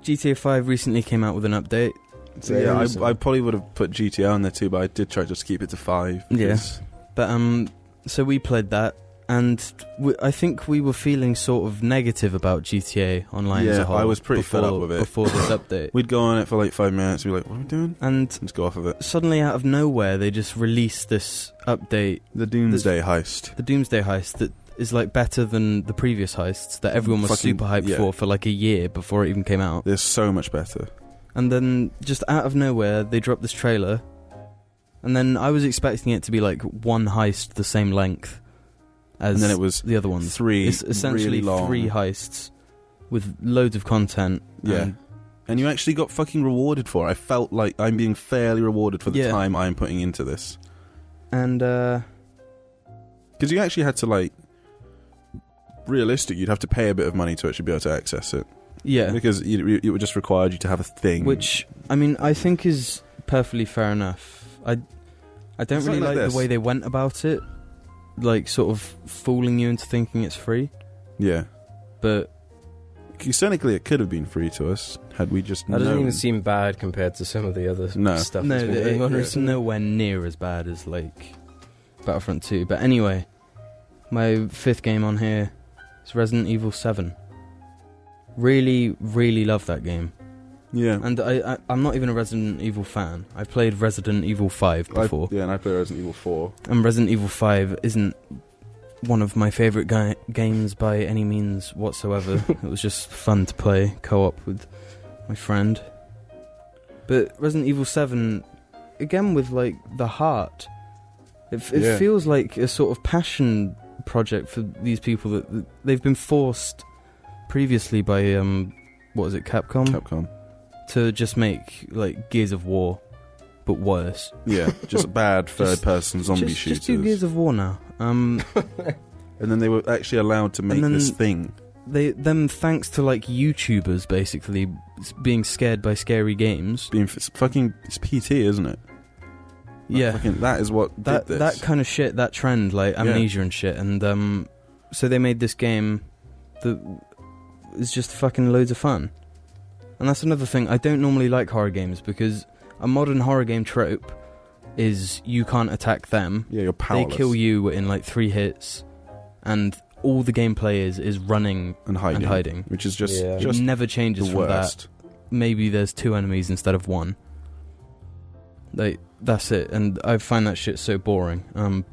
GTA 5 recently came out with an update.
So
Very
yeah,
recent.
I, I probably would have put GTR on there too, but I did try just to keep it to five.
Yeah.
because-
But um, so we played that, and we, I think we were feeling sort of negative about GTA Online as
Yeah,
a whole.
I was pretty fed up
before-
with it.
before this update.
We'd go on it for like five minutes. We'd be like, "What are we doing?"
And
Let's go off of it.
suddenly, out of nowhere, they just released this update,
The Doomsday heist.
the Doomsday heist, that is like better than the previous heists that everyone was
Fucking-
super hyped
yeah.
for for like a year before it even came out.
They're so much better.
And then, just out of nowhere, they dropped this trailer. And then I was expecting it to be like one heist the same length as
and then it was
the other ones.
three.
It's essentially
really long.
three heists with loads of content.
Yeah.
and
and you actually got fucking rewarded for. it. I felt like I'm being fairly rewarded for the
Yeah.
time I'm putting into this
and uh,
because you actually had to like. Realistic, you'd have to pay a bit of money to actually be able to access it
yeah,
because it, it just required you to have a thing.
which I mean I think is perfectly fair enough. I I don't
It's
really
like
like,
this.
the way they went about it, like sort of fooling you into thinking it's free.
yeah,
But
Because technically, it could have been free to us had we just.
That doesn't
known.
even seem bad compared to some of the other
No.
stuff
no,
that's been
it-
going on
it's
recently.
nowhere near as bad as like Battlefront Two. But anyway, my fifth game on here is Resident Evil Seven. Really, really love that game.
Yeah,
And I, I, I'm not even a Resident Evil fan. I've played Resident Evil 5
I-
before,
yeah, and I play Resident Evil Four.
and Resident Evil 5 isn't one of my favourite ga- games by any means whatsoever. it was just fun to play co op with my friend. But Resident Evil 7, again, with like the heart, it, f- it
Yeah.
feels like a sort of passion project for these people that, that they've been forced previously by um, what is it, Capcom,
Capcom.
to just make like Gears of War, but worse.
Yeah, just bad third person zombie
just,
shooters.
just do Gears of War now. Um,
and then they were actually allowed to make
then-
this thing.
they them thanks to like YouTubers basically s- being scared by scary games.
Being f- it's fucking it's PT, isn't it? That
Yeah,
fucking- that is what
that
did
that
this.
kind of shit, that trend, like amnesia and shit, and um, so they made this game that is just fucking loads of fun. And that's another thing. I don't normally like horror games because a modern horror game trope is you can't attack them;
yeah, you're powerless.
they kill you in like three hits, and all the gameplay is is running
and hiding,
and hiding.
which is just
Yeah.
just
it never
the
changes from that
worst.
maybe there's two enemies instead of one. Like that's it, and I find that shit so boring. Um,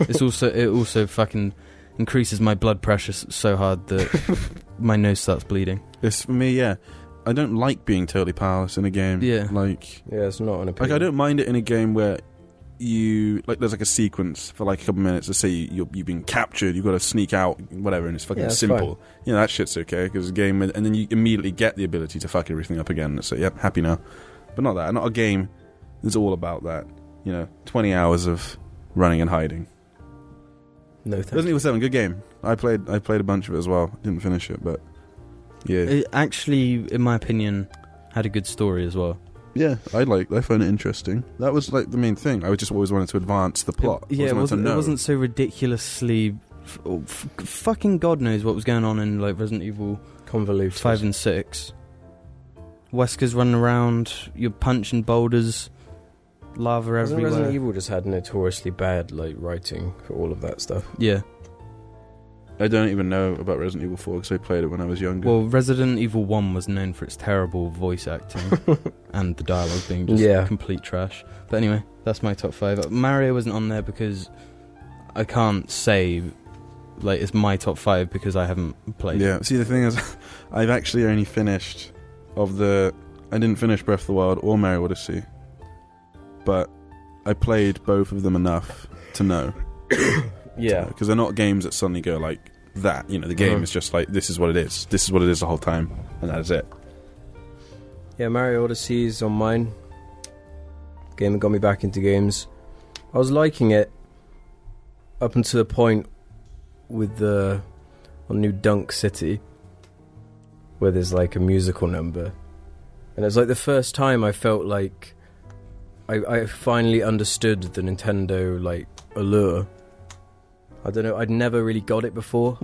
it's also it also fucking increases my blood pressure s- so hard that my nose starts bleeding.
It's for me, yeah. I don't like being totally powerless in a game.
Yeah.
like
Yeah, it's not an
like
opinion.
I don't mind it in a game where you like there's like a sequence for like a couple minutes to say you, you're, you've been captured, you've got to sneak out, whatever, and it's fucking
Yeah, it's
simple. Yeah, that shit's okay because the game, and then you immediately get the ability to fuck everything up again. So yeah, happy now, but not that. Not a game that's all about that. You know, twenty hours of running and hiding.
No, thank
Resident
you.
Evil Seven, good game. I played I played a bunch of it as well. Didn't finish it, but yeah,
It actually, in my opinion, had a good story as well.
yeah, I liked. I found it interesting. That was like the main thing. I just always wanted to advance the plot.
It- yeah,
I
it
always
wasn't,
wanted to
it
know.
wasn't so ridiculously. F- oh, f- fucking God knows what was going on in like Resident Evil
Convoluted.
five and six. Wesker's running around. You're punching boulders, lava
Hasn't
everywhere.
Resident Evil just had notoriously bad like writing for all of that stuff.
Yeah.
I don't even know about Resident Evil 4 because I played it when I was younger.
Well, Resident Evil One was known for its terrible voice acting and the dialogue being just
Yeah.
complete trash. But anyway, that's my top five. Uh, Mario wasn't on there because I can't say like it's my top five because I haven't played.
yeah. See, the thing is, I've actually only finished of the. I didn't finish Breath of the Wild or Mario Odyssey, but I played both of them enough to know.
yeah,
Because they're not games that suddenly go like that. You know, the game
Mhm.
is just like this is what it is. This is what it is the whole time, and that is it.
yeah. Mario Odyssey is on mine. Game that got me back into games. I was liking it up until the point with the on New Dunk City, where there's like a musical number, and it's like the first time I felt like I, I finally understood the Nintendo like allure. I don't know. I'd never really got it before.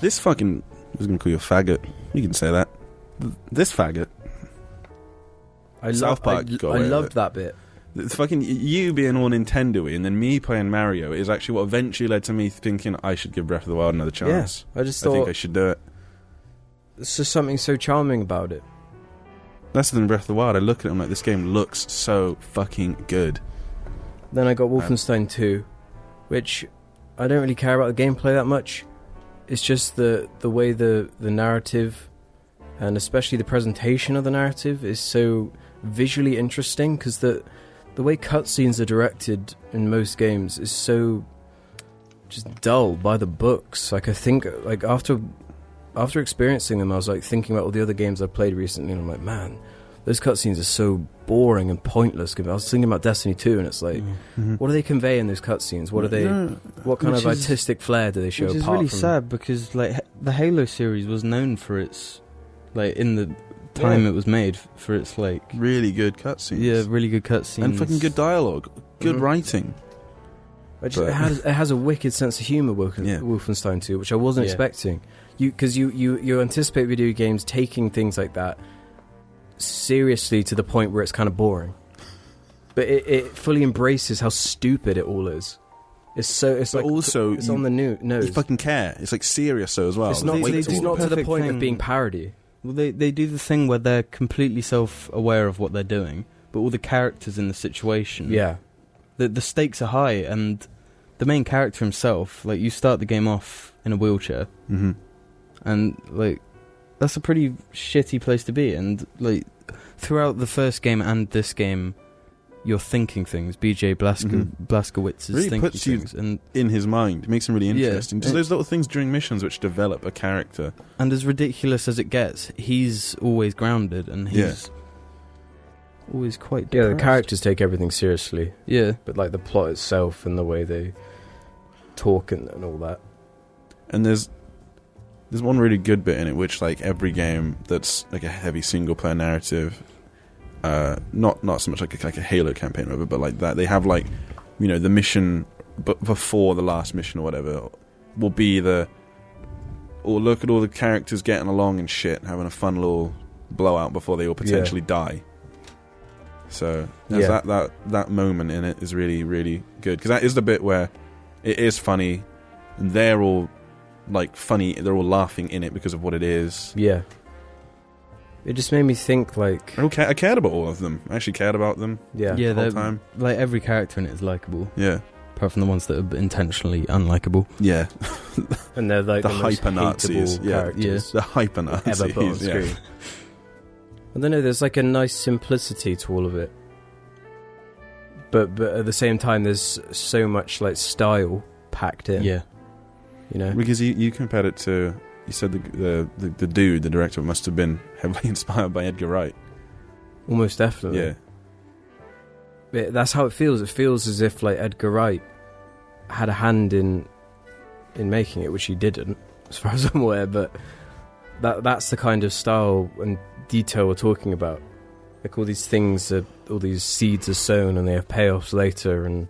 This fucking. I was going to call you a faggot. You can say that. Th- This faggot.
I lo-
South Park
I,
got
I
away with
loved that bit.
It's fucking you being all Nintendo and then me playing Mario is actually what eventually led to me thinking I should give Breath of the Wild another chance.
I just
I think
thought
I should do it.
there's just something so charming about it.
That's the thing, Breath of the Wild. I look at it, I'm like, this game looks so fucking good.
Then I got Wolfenstein 2, which I don't really care about the gameplay that much. It's just the the way the the narrative and especially the presentation of the narrative is so visually interesting because the the way cutscenes are directed in most games is so just dull by the books. Like I think like after after experiencing them, I was like thinking about all the other games I played recently, and I'm like, man, those cutscenes are so boring and pointless. I was thinking about Destiny 2, and it's like, what do they convey in those cutscenes? What are they?
No,
What kind
Which
of
is-
artistic flair do they show?
Which is
apart
really
from,
sad because like h- the Halo series was known for its like in the time
Yeah.
it was made f- for its like
really good cutscenes.
yeah really good cutscenes
and fucking good dialogue, good
Mhm.
writing.
I just,
but-
it, has, it has a wicked sense of humor, Wolfen,
Yeah.
Wolfenstein 2, which I wasn't
Yeah.
expecting. You because you, you you anticipate video games taking things like that seriously to the point where it's kind of boring, but it, it fully embraces how stupid it all is. It's so it's
But
like
also,
it's
you-
on the new nose.
You fucking care. It's like serious though as well.
it's not,
They-
Wait
they
it's
till-
do
not to the
perfect
point
thing.
of being parody.
Well, they they do the thing where they're completely self-aware of what they're doing, but all the characters in the situation,
Yeah,
the the stakes are high, and the main character himself, like you start the game off in a wheelchair,
Mhm.
and like that's a pretty shitty place to be. And like throughout the first game and this game, you're thinking things. B.J. Blaska,
Mhm.
Blaskowitz is
Really
thinking
puts you-
things, and
in his mind. It makes him really
Yeah.
interesting. Just those little things during missions which develop a character.
and as ridiculous as it gets, he's always grounded, and
Yeah.
he's always quite.
Yeah, the
depressed.
characters take everything seriously,
Yeah,
but like the plot itself and the way they talk and, and all that.
And there's there's one really good bit in it which like every game that's like a heavy single player narrative, uh, not not so much like a, like a Halo campaign or whatever, but like that they have like you know the mission but before the last mission or whatever will be the or look at all the characters getting along and shit, having a fun little blowout before they all potentially die. So there's
Yeah.
that that that moment in it is really really good because that is the bit where it is funny and they're all like funny they're all laughing in it because of what it is
Yeah. It just made me think like
I, don't ca- I cared about all of them I actually cared about them
yeah.
yeah.
the whole
they're-
time
Like every character in it is likable,
yeah
apart from the ones that are intentionally unlikable.
yeah
And they're like
The
the, most
hyper-Nazis,
hateable
yeah.
characters
the hyper
ever put on
Nazis yeah.
screen. I don't know, there's like a nice simplicity to all of it. But but at the same time there's so much like style packed in.
yeah.
You know?
because you, you compared it to you said the, the the the dude the director must have been heavily inspired by Edgar Wright
Almost definitely.
yeah
It- that's how it feels. It feels as if like Edgar Wright had a hand in in making it, which he didn't, as far as I'm aware. But that that's the kind of style and detail we're talking about. Like all these things, are, all these seeds are sown and they have payoffs later, and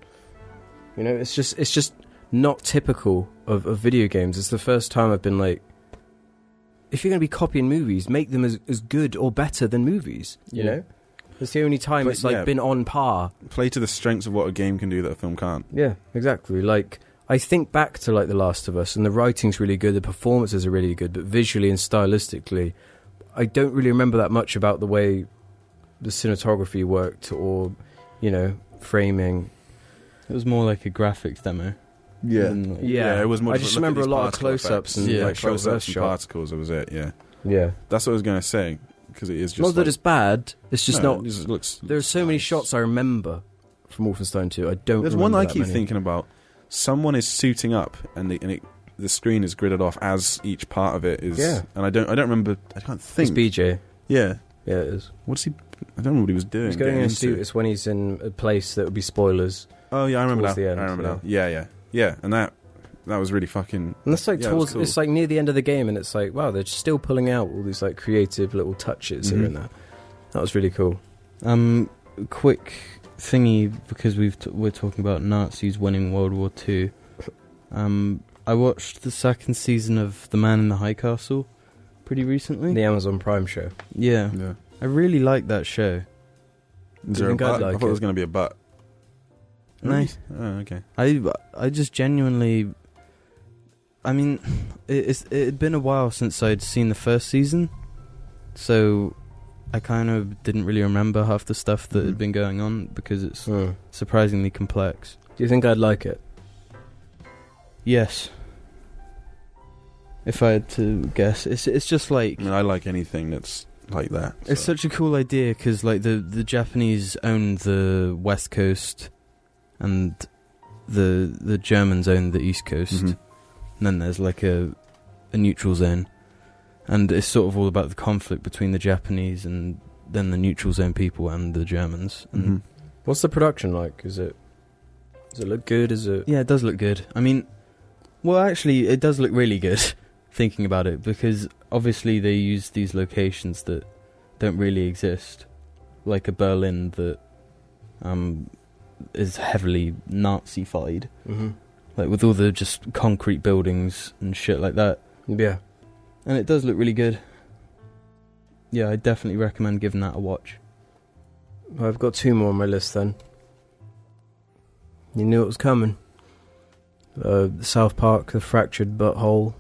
you know, it's just it's just not typical of, of video games. It's the first time I've been like. If you're going to be copying movies, make them as, as good or better than movies. You
Yeah.
know, it's the only time
But
it's like
yeah.
been on par.
play to the strengths of what a game can do that a film can't
Yeah, exactly. Like I think back to like The Last of Us, and the writing's really good, the performances are really good, but visually and stylistically, I don't really remember that much about the way the cinematography worked, or you know, framing.
It was more like a graphics demo. than like-
Mm. Yeah.
it was more
I
like,
just
look at
remember
these
a lot of
particle
close-ups
effects.
and, Yeah.
like
like,
close ups
reverse
and
shot.
particles that was it yeah
Yeah,
that's what I was going to say because it is just
not
like-
that it's bad. It's just
No,
not.
it just looks
There are so many
nice.
shots I remember from Wolfenstein 2. I don't.
There's one I
remember that
keep
many.
thinking about. Someone is suiting up, and the and it, the screen is gridded off as each part of it is.
Yeah.
And I don't I don't remember. I can't
It's
think.
BJ.
yeah.
Yeah, it is.
What's he? I don't know what he was doing.
He's going
getting
in a
into.
suit. It's when he's in a place that would be spoilers.
Oh yeah, I remember
towards
now.
the end,
I remember now. Yeah, yeah, yeah. And that that was really fucking.
And that's like
Yeah, it was
towards
cool.
it's like near the end of the game, and it's like wow, they're still pulling out all these like creative little touches here
Mhm.
and there. That was really cool.
Um, quick thingy because we've t- we're talking about Nazis winning World War Two. Um, I watched the second season of The Man in the High Castle pretty recently.
The Amazon Prime show.
Yeah,
Yeah.
I really like that show.
Is
You
there a
think I'd
butt? I
like
thought it
it?
was going to be a butt.
Nice.
Oh, okay.
I I just genuinely. I mean, it, it's it had been a while since I'd seen the first season, so I kind of didn't really remember half the stuff that
Mhm.
had been going on because it's
Hmm.
surprisingly complex.
Do you think I'd like it?
Yes. If I had to guess, it's it's just like
I mean, I like anything that's like that.
it's
so.
such a cool idea because like the the Japanese owned the West Coast, and the the Germans owned the East Coast,
Mhm.
and then there's like a a neutral zone, and it's sort of all about the conflict between the Japanese and then the neutral zone people and the Germans. And
Mm-hmm.
Mhm.
What's the production like? Is it? Does it look good? Is it?
Yeah, it does look good. I mean, well, actually, it does look really good thinking about it because obviously they use these locations that don't really exist, like a Berlin that um, is heavily Nazified,
Mm-hmm.
like with all the just concrete buildings and shit like that.
Mm-hmm. Yeah.
And it does look really good. Yeah, I definitely recommend giving that a watch.
Well, I've got two more on my list then. You knew it was coming. Uh, South Park, The Fractured Butthole.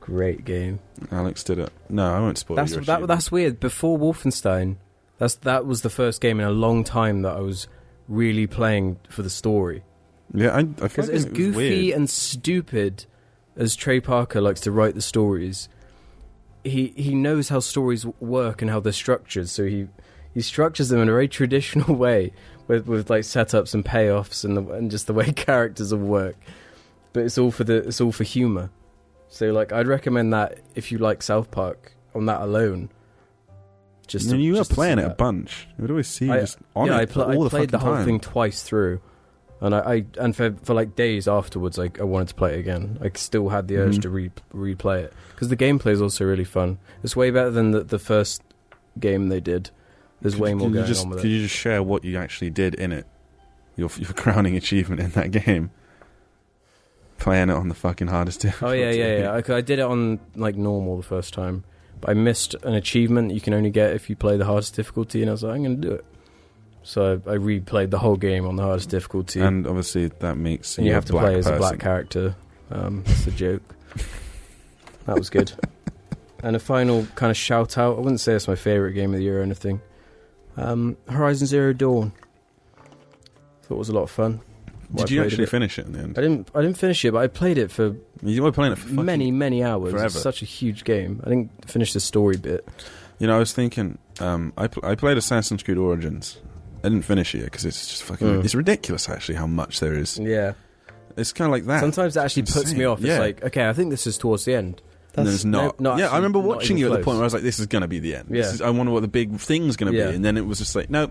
Great game.
Alex did it. No, I won't spoil
That's
your
that,
achievement.
that's weird. Before Wolfenstein, that's that was the first game in a long time that I was really playing for the story
yeah. I, I feel
because
like
as
it was
goofy
weird.
and stupid as Trey Parker likes to write the stories, he he knows how stories w- work and how they're structured. So he he structures them in a very traditional way with with like setups and payoffs and the, and just the way characters will work. But it's all for the it's all for humor. So like I'd recommend that if you like South Park on that alone. Just
and
to-
you were
just to see
playing it a
that.
bunch. You would always see
I-
just on
yeah,
it
I, pl-
all
I
the
played
fucking
the whole
time.
thing twice through, and I, I and for, for like days afterwards, I, I wanted to play it again. I still had the urge
Mhm.
to re- replay it because the gameplay is also really fun. It's way better than the, the first game they did. There's
Could
way
you-
more
could you
going
just,
on with
Could
it.
you just share what you actually did in it? Your your crowning achievement in that game. Playing it on the fucking hardest
Oh yeah, yeah, yeah. I, I did it on like normal the first time, but I missed an achievement you can only get if you play the hardest difficulty, and I was like, I'm going to do it. So I, I replayed the whole game on the hardest difficulty,
And obviously that makes
and you
a
have to
black
play as a
person.
black character. Um, that's the joke. that was good. And a final kind of shout out. I wouldn't say it's my favorite game of the year or anything. Um, Horizon Zero Dawn. Thought it was a lot of fun. Well,
Did
I
you
played
actually
it.
finish it in the end?
I didn't. I didn't finish it, but I played it for
You were playing it for fucking-
many, many hours.
forever.
It's such a huge game. I didn't finish the story bit.
You know, I was thinking. Um, I pl- I played Assassin's Creed Origins. I didn't finish it because it's just fucking.
Mm.
It's ridiculous actually how much there is.
Yeah.
It's kind of like that.
Sometimes it actually
it's
puts me
Ah, insane.
off. It's
Yeah.
like, okay, I think this is towards the end.
and then
That's-
it's not.
no, not
yeah, I
actually-
remember
not even
watching you at the
close.
point where I was like, "This is gonna be the end." This
Yeah.
is- I wonder what the big thing's gonna
Yeah.
be, and then it was just like, "Nope."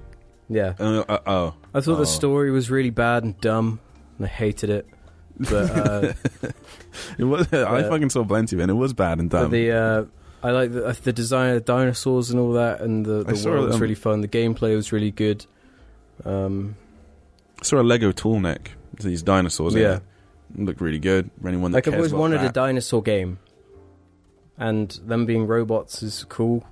Yeah.
Uh, uh, oh,
I thought
Oh.
the story was really bad and dumb, and I hated it. But uh,
It was. I
Yeah.
fucking saw plenty of it. and It was bad and
But
dumb.
the uh, I like the, the design of the dinosaurs and all that, and the,
I
the
saw,
world was
um,
really fun. The gameplay was really good. Um,
I saw a Lego tool neck. These dinosaurs.
Yeah.
Yeah, look really good. For anyone that
like I've
cares
always
about
wanted a
that.
dinosaur game, and them being robots is cool.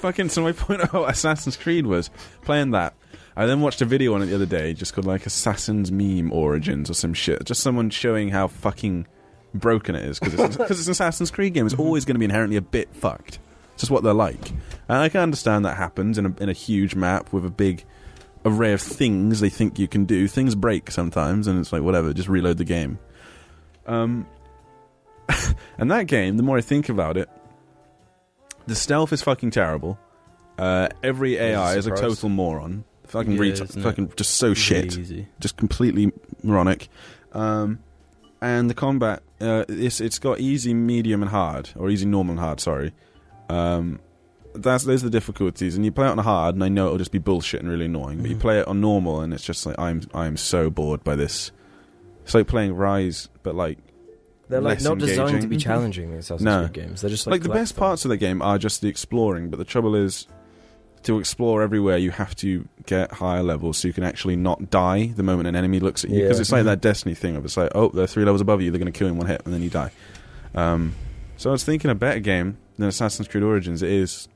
Fucking so my point about Assassin's Creed was playing that. I then watched a video on it the other day, just called like Assassin's Meme Origins or some shit. Just someone showing how fucking broken it is because it's, 'cause it's an Assassin's Creed game. It's always going to be inherently a bit fucked. It's just what they're like, and I can understand that happens in a in a huge map with a big array of things they think you can do. Things break sometimes, and it's like whatever, just reload the game. Um, and that game, the more I think about it, the stealth is fucking terrible. Uh, every
a
AI is a
surprise.
total moron. Fucking
Yeah,
retard.
isn't it?
Fucking just so Oh, shit.
Really easy.
Just completely moronic. Um, and the combat, uh, it's it's got easy, medium, and hard, or easy, normal, and hard. Sorry. Um, that's those are the difficulties, and you play it on hard, and I know it'll just be bullshit and really annoying. But you
Mhm.
play it on normal, and it's just like I'm I'm so bored by this. It's like playing Rise, but like
They're like
Less
not designed to
engaging.
be
Mhm.
challenging. These Assassin's
No.
Creed games, they're just like,
like, the best
collectibles.
parts of the game are just the exploring, but the trouble is to explore everywhere you have to get higher levels so you can actually not die the moment an enemy looks at you
Yeah.
because it's like
Mhm.
that destiny thing of it's like oh they're three levels above you they're going to kill you in one hit and then you die um, so i was thinking a better game than assassin's creed origins is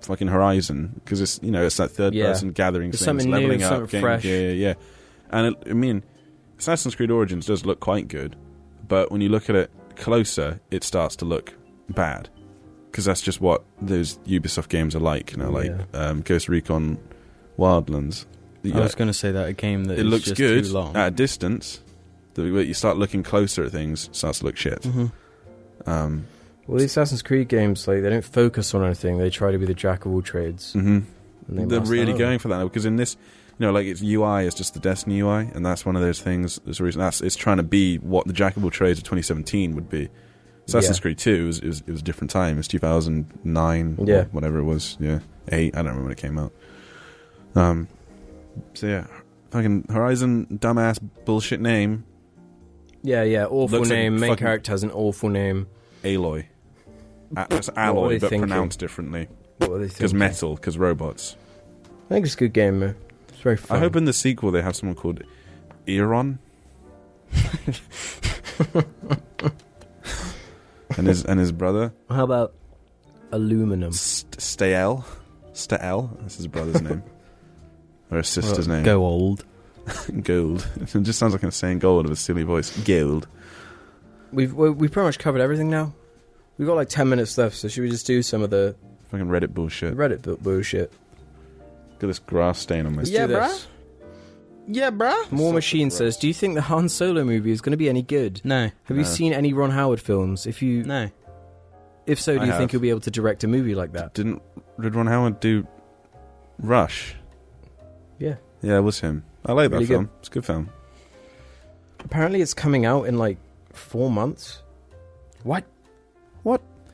fucking horizon because it's you know it's that third
Yeah.
person gathering
It's
things
something new,
leveling up
something
getting-
fresh.
yeah yeah yeah and it, i mean assassin's creed origins does look quite good but when you look at it closer it starts to look bad because that's just what those Ubisoft games are like. You know, like
Yeah.
um, Ghost Recon Wildlands. You
I
know,
was going to say that a game that
it
is
looks
just
good Uh,
too long.
at a distance. The- but You start looking closer at things, it starts to look shit.
Mhm.
Um,
Well, the Assassin's Creed games, like they don't focus on anything. They try to be the jack of all trades.
mhm.
And they
They're
master
really
that.
going for that now because in this, you know, like its UI is just the Destiny UI, and that's one of those things. There's a reason that's it's trying to be what the Jack of all trades of 2017 would be. Assassin's
Yeah.
Creed 2 was, it was it was a different time. It was 2009, or
Yeah.
whatever it was. Yeah, eight. I don't remember when it came out. Um, so yeah, fucking Horizon, dumbass bullshit name,
Yeah, yeah. Awful
Looks like
name. Main
fucking-
character has an awful name.
Aloy. A- It's
were
alloy,
they
but
thinking?
pronounced differently
What are they
because
thinking?
metal, because robots.
I think it's a good game. man. It's very fun.
I hope in the sequel they have someone called Eron. and his and his brother
How about aluminum?
St- Stael. Stael. That's his brother's name. Or his sister's name.
Go old.
Gold. It just sounds like I'm saying gold with a silly voice. Gold.
We've we we pretty much covered everything now. We've got like ten minutes left, so should we just do some of the
Fucking Reddit bullshit.
Reddit bu- bullshit?
Got this grass stain on my.
Let's
Yeah,
do this.
Yeah, bruh.
More
Such a
Machine
threat.
says, "Do you think the Han Solo movie is going to be any good?
No,
Have you
No.
seen any Ron Howard films? If you
no.
If so, do
I
you
have.
think you'll be able to direct a movie like that?
Didn't did Ron Howard do Rush?
Yeah.
Yeah, it was him. I like that
Really good.
film. It's a good film.
Apparently, it's coming out in like four months. What?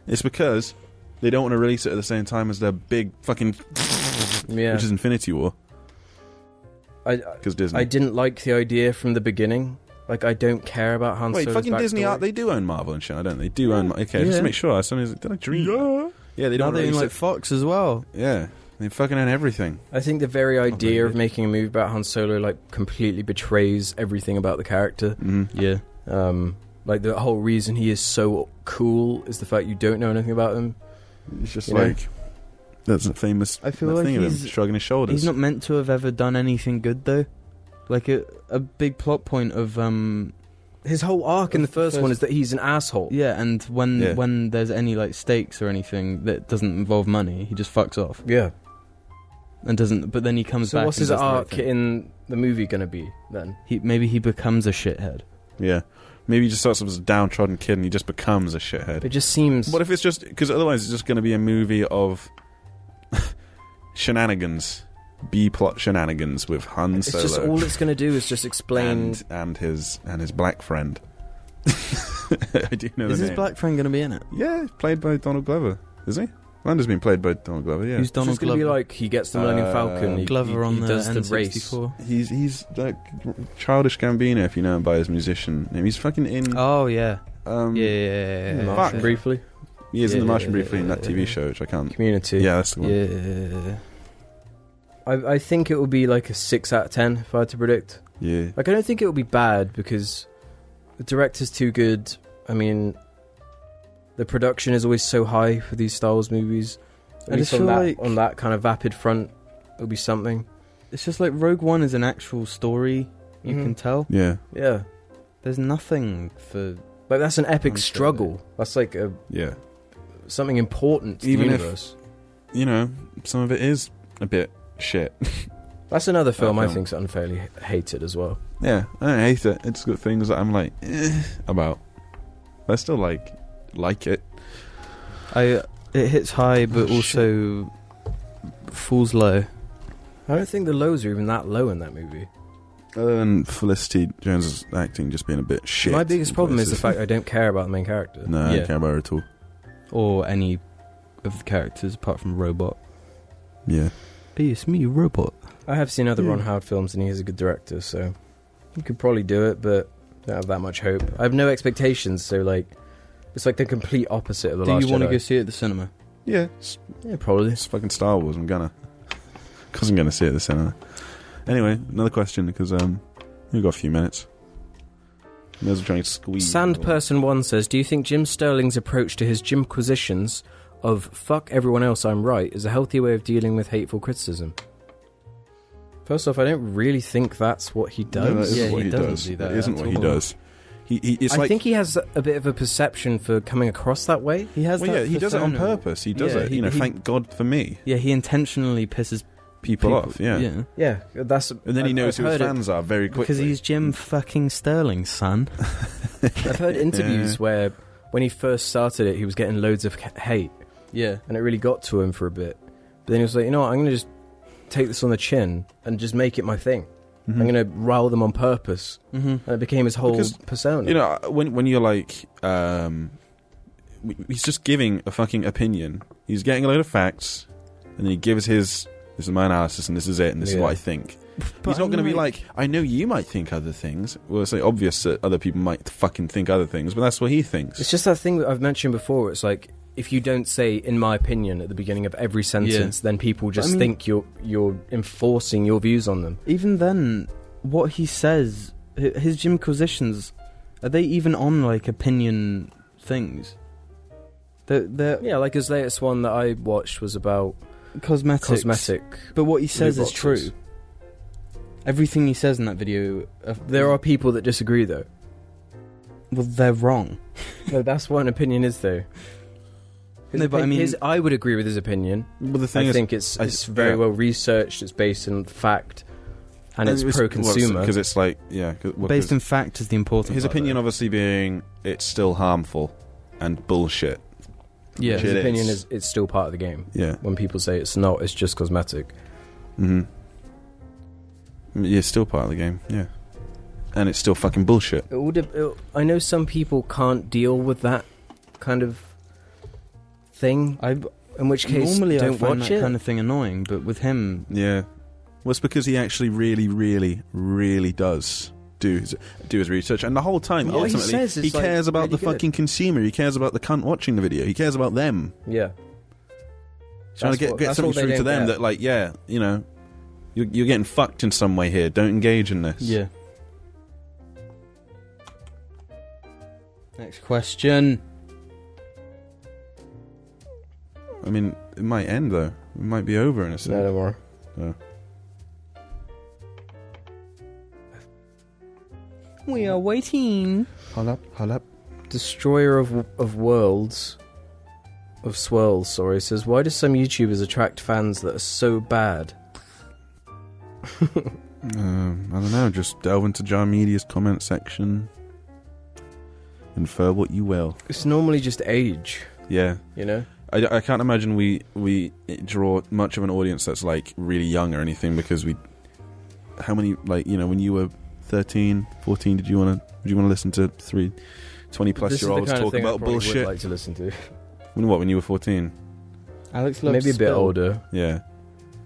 It's because they don't want to release it at the same time as their big fucking,
Yeah.
which is Infinity War,
I, I
because Disney.
I didn't like the idea from the beginning. Like, I don't care about Han
Wait,
Solo's
fucking Disney
backstory.
art. They do own Marvel and shit. I don't. They do own. Okay, just
Yeah.
to make sure. I suddenly was like, did I dream? Yeah, they
now
don't
they own
release
like Fox as well.
it. Yeah, they fucking own everything.
I think the very idea of
maybe.
making a movie about Han Solo like completely betrays everything about the character.
Mm.
Yeah,
Um, like the whole reason he is so cool is the fact you don't know anything about him.
It's just
You know?
like that's a famous
I feel
that
like
thing of him
he's
shrugging his shoulders.
he's not meant to have ever done anything good though. Like a a big plot point of um
His whole arc in the first,
First-
one is that he's an asshole.
yeah, and when
Yeah.
when there's any like stakes or anything that doesn't involve money, he just fucks off
Yeah.
and doesn't. But then he comes
So
back.
what's
and
his
does the right
arc
thing.
in the movie going to be then?
He maybe he becomes a shithead.
Yeah, maybe he just starts off as a downtrodden kid and he just becomes a shithead.
It just seems.
What if it's just because otherwise it's just going to be a movie of shenanigans, B plot shenanigans with Han
it's
Solo
just all it's going to do is just explain.
and and his and his black friend. I do know
Is
the
his
name.
black friend going to be in it?
Yeah, played by Donald Glover, is he? Lando's been played by Donald Glover. Yeah,
Who's
it's
Donald
just going to be
Glover?
like he gets the Millennium
Uh,
Falcon. He,
Glover
he- he
on the
does the
N64.
race.
he's he's like childish Gambino if you know him by his musician name. He's fucking in.
Oh yeah,
um,
yeah, yeah, yeah, yeah.
Mark
yeah.
briefly.
He is in
Yeah,
The Martian
yeah,
briefly in that
yeah,
TV
yeah.
show, which I can't.
Community.
Yeah, that's the one.
Yeah.
I, I think it will be like a six out of ten if I had to predict.
yeah.
Like I don't think it will be bad because the director's too good. I mean, the production is always so high for these Star Wars movies. At
I
least
just
on
feel
that,
like-
on that kind of vapid front, it'll be something.
It's just like Rogue One is an actual story. You
Mhm.
can tell.
Yeah,
Yeah,
There's nothing for
like that's an epic
I'm sure
struggle. That's like a,
yeah.
something important to
Even
the
if-
universe.
You know, some of it is a bit shit.
That's another film I
film.
think's unfairly h- hated as well.
yeah, I don't hate it. It's got things that I'm like eh, about. I still like like it.
I. It hits high, but
Oh,
also falls low.
I don't think the lows are even that low in that movie.
Other than Felicity Jones's acting just being a bit shit.
My biggest
in
problem is the
places.
fact I don't care about the main character.
No, I
Yeah.
don't care about her at all.
Or any of the characters apart from Robot.
Yeah,
Hey, it's me, Robot.
I have seen
Hmm.
other Ron
Yeah.
Howard films, and he is a good director, so he could probably do it, but don't have that much hope. I have no expectations, so like it's like the complete opposite of the
Do
last.
you want to
Jedi.
go see it at the cinema?
yeah. It's,
Yeah, probably.
it's fucking Star Wars. I'm gonna, cause I'm gonna see it at the cinema. Anyway, another question because um, we've got a few minutes. May as well try and squeeze.
Sand person one says, "Do you think Jim Sterling's approach to his Jimquisitions of fuck everyone else, I'm right, is a healthy way of dealing with hateful criticism?" First off, I don't really think that's what he
No, that
does.
isn't
Yeah,
what
he
he
doesn't
does.
do that
That isn't
at
what he
all.
does. He, he it's
I
like
think he has a bit of a perception for coming across that way.
He has.
well, yeah,
that
he does it on
persona.
purpose. He does
Yeah,
it.
he-
you know,
he-
thank God for me.
Yeah, he intentionally pisses
People,
people
off. Yeah.
yeah.
Yeah, that's.
and then he
I've-
knows
I've
who his
heard it.
fans are very quickly.
Because he's Jim fucking Sterling's son.
I've heard interviews where when he first started it, he was getting loads of ca- hate,
Yeah.
and it really got to him for a bit. But then he was like, you know what, I'm going to just take this on the chin and just make it my thing.
Mhm.
Hmm.
I'm going to rile them on purpose.
Mm-hmm.
And it became his whole
Because,
persona.
You know, when when you're like, um, w- he's just giving a fucking opinion. He's getting a load of facts, and then he gives his. This is my analysis, and this is it, and this is
Yeah.
what I think. he's not going to be like, I know you might think other things. Well, it's like obvious that other people might fucking think other things, but that's what he thinks.
it's just that thing that I've mentioned before. It's like, if you don't say, in my opinion, at the beginning of every sentence, then people just
I mean-
think you're, you're enforcing your views on them.
Even then, what he says, hi- his Jimquisitions, are they even on like opinion things? They're, they're
Yeah, like his latest one that I watched was about
cosmetics.
cosmetic.
But what he says
loot
is
boxes.
true. Everything he says in that video, uh,
There are people that disagree, though.
well, they're wrong.
No, that's what an opinion is, though.
No, but I
opi-
mean-
his, I would agree with his opinion.
Well, the
I
thing is,
think it's
I-
it's very
yeah.
well researched. It's based on fact, and it's pro consumer.
because it's like yeah, 'cause- well, 'cause-
Based on fact is the important.
his
part
opinion
there.
obviously being it's still harmful and bullshit
Yeah.
Which
His
it
opinion
is.
is it's still part of the game.
Yeah.
When people say it's not, it's just cosmetic.
Mm-hmm. You're still part of the game, yeah. And it's still fucking bullshit.
It would. Have, it, I know some people can't deal with that kind of thing.
I
In which case,
normally I
don't
find
watch
that
it.
kind of thing annoying, but with him,
Yeah. Well, it's because he actually really, really, really does do his, do his research. And the whole time,
Yeah, he
ultimately, he,
says it's, like,
cares about
really
the
good.
fucking consumer. He cares about the cunt watching the video. He cares about them.
yeah.
He's trying
That's
to get,
what-
get
that's
something
what they
through to
don't
them
get.
that, like, yeah, you know, you're, you're getting fucked in some way here. Don't engage in this.
yeah. Next question.
I mean, it might end, though. It might be over in a
No,
second.
no more.
We are waiting.
Hold up, hold up.
Destroyer of of worlds, of swirls. Sorry, says why do some YouTubers attract fans that are so bad?
Um, I don't know. Just delve into Jar Media's comment section. Infer what you will.
It's normally just age,
Yeah,
you know.
I, I can't imagine we we draw much of an audience that's like really young or anything because we. How many like you know when you were 13, 14, Did you want to? Did you want to listen to three, 20 plus
This is
year
the
olds
kind of
talk
thing I
about
probably would
bullshit?
Like to listen to,
When what? When you were fourteen?
Alex loves
maybe a bit
Spill.
older.
Yeah,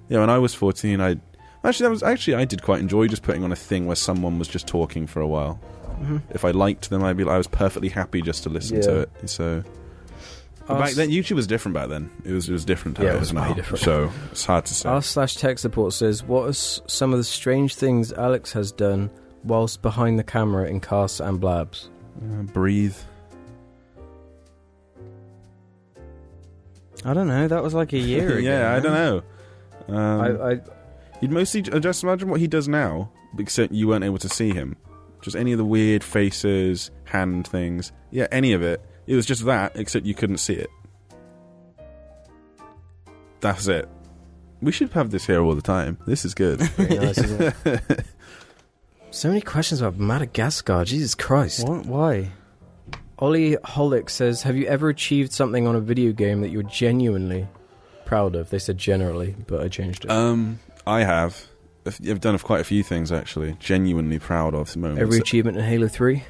yeah. When I was fourteen, I actually that was actually I did quite enjoy just putting on a thing where someone was just talking for a while. if I liked them, I'd be like, I was perfectly happy just to listen to
Mm-hmm. Yeah.
it. So
Our
But back
s-
then, YouTube was different. Back then, it was it was different. to
Yeah,
how
it was
is
way
now.
different.
So it's hard to say.
Our slash tech support says, "What are s- some of the strange things Alex has done whilst behind the camera in casts and blabs?"
Uh, breathe.
I don't know. That was like a year ago.
yeah, I
man.
don't know. Um,
I, I
you'd mostly uh, just imagine what he does now, except you weren't able to see him. Just any of the weird faces, hand things. Yeah, any of it. It was just that, except you couldn't see it. That's it. We should have this here all the time. This is good.
pretty nice, isn't it? So many questions about Madagascar. Jesus Christ.
What? Why?
Ollie Holick says, "Have you ever achieved something on a video game that you're genuinely proud of?" They said generally, but I changed it.
Um, I have. I've- I've done quite a few things actually. Genuinely proud of moments.
Every achievement in Halo Three.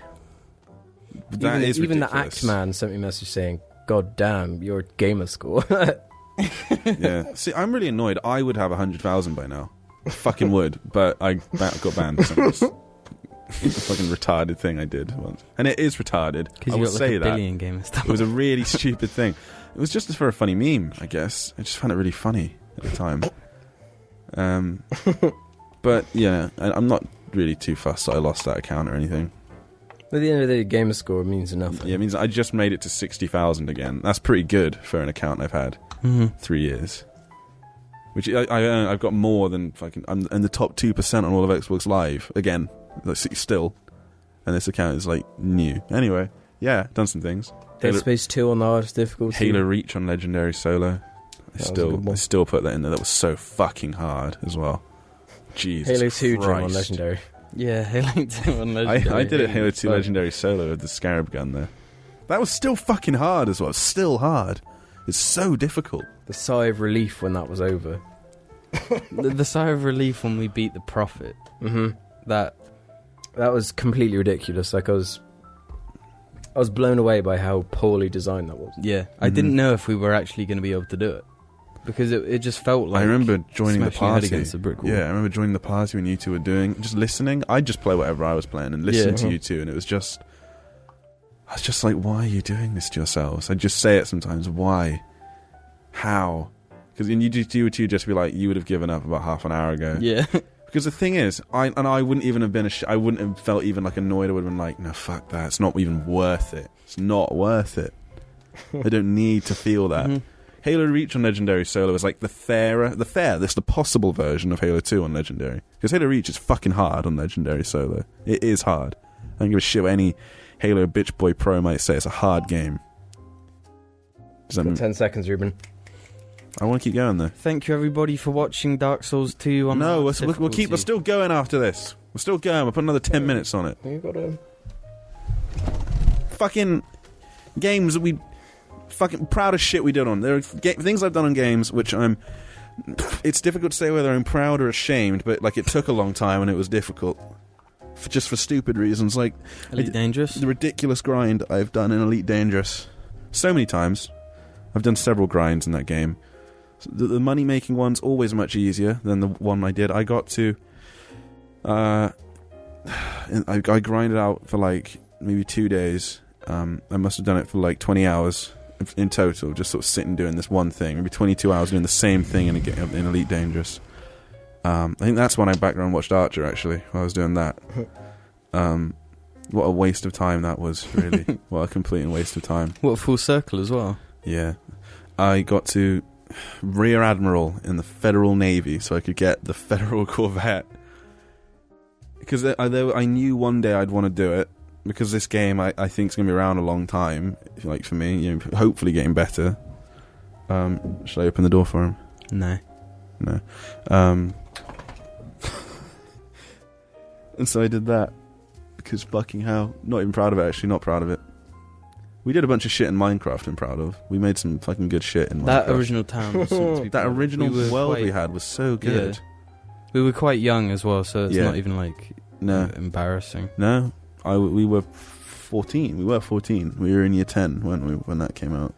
That
even
is
even the
ridiculous.
Axe Man sent me a message saying, "God damn, your gamer score."
yeah. See, I'm really annoyed. I would have hundred thousand by now. I fucking would, but I ba- got banned. So it's a fucking retarded thing I did once, and it is retarded.
Because
I
you
will
got like
say
a
that
billion game and stuff.
it was a really stupid thing. It was just for a funny meme, I guess. I just found it really funny at the time. Um, but yeah, I, I'm not really too fussed. that I lost that account or anything.
At the end of the day, gamer score means nothing.
Yeah, it means I just made it to 60,000 again. That's pretty good for an account I've had
Mhm.
three years. Which I, I earn, I've got more than fucking. I'm in the top 2% on all of Xbox Live again. Like, s- still. And this account is like new. Anyway, yeah, done some things.
Dead
Halo-
Space Two on the hardest difficulty.
Halo Reach on Legendary Solo. I
was a good
still,
one.
I still put that in there. That was so fucking hard as well. Jesus.
Halo Two Jim, on
Christ.
Legendary.
Yeah, Halo 2 on
I,
Legendary.
I did it Halo 2
But-
Legendary Solo with the Scarab gun there. That was still fucking hard as well. It's Still hard. It's so difficult.
The sigh of relief when that was over.
the, the sigh of relief when we beat the Prophet.
hmm
That
That was completely ridiculous. Like I was, I was blown away by how poorly designed that was.
yeah, I
Mhm.
didn't know if we were actually going to be able to do it because it, it just felt like
I remember joining
smashing your
the
head
party.
against a brick wall.
Yeah, I remember joining the party when you two were doing just listening. I'd just play whatever I was playing and listen
Yeah.
to you two, and it was just. I was just like, why are you doing this to yourselves? I just say it sometimes. Why? How? Because you, you two would just be like, you would have given up about half an hour ago.
yeah,
Because the thing is, I and I wouldn't even have been. Ash- I wouldn't have felt even like annoyed. I would have been like, "No, fuck that. It's not even worth it. It's not worth it. I don't need to feel that."
Mhm.
Halo Reach on Legendary Solo is like the fairer, the fair, this the possible version of Halo Two on Legendary. Because Halo Reach is fucking hard on Legendary Solo. It is hard. I don't give a shit what any Halo bitch boy pro might say. It's a hard game. Does that
Got
mean-
Ten seconds, Ruben.
I want to keep going though.
Thank you everybody for watching Dark Souls 2 on
no,
hard
we'll, we'll- we'll keep. We're
difficulty.
still going after this. We're still going. We'll put another ten minutes on it.
You got him.
fucking games that we fucking proud of shit we did on. There are ga- things I've done on games which I'm. It's difficult to say whether I'm proud or ashamed, but like it took a long time and it was difficult, for, just for stupid reasons. Like
Elite
d-
Dangerous.
the ridiculous grind I've done in Elite Dangerous so many times. I've done several grinds in that game. So The, the money making one's always much easier than the one I did. I got to. Uh, and I, I grinded out for like maybe two days. Um, I must have done it for like 20 hours in total, just sort of sitting doing this one thing. Maybe 22 hours doing the same thing in, a, ga- in Elite Dangerous. Um, I think that's when I background watched Archer actually, while I was doing that. Um, what a waste of time that was, really. what a complete and waste of time.
What full circle as well.
Yeah. I got to Rear Admiral in the Federal Navy so I could get the Federal Corvette. Because there- I, there, I knew one day I'd want to do it. Because this game, I, I think, is going to be around a long time. if you Like, for me, you know, hopefully getting better. Um, should I open the door for him?
No.
Oh No. Um, and so I did that because fucking hell, not even proud of it. Actually, not proud of it. We did a bunch of shit in Minecraft. I'm proud of. We made some fucking good shit in
That
Minecraft.
original town. was something to be
that
proud of.
original
We were
world
quite,
we had was so good.
We were quite young as well, so it's
Yeah.
not even like
No,
embarrassing.
no. I w- we were 14. We were 14. We were in year 10 weren't we when that came out.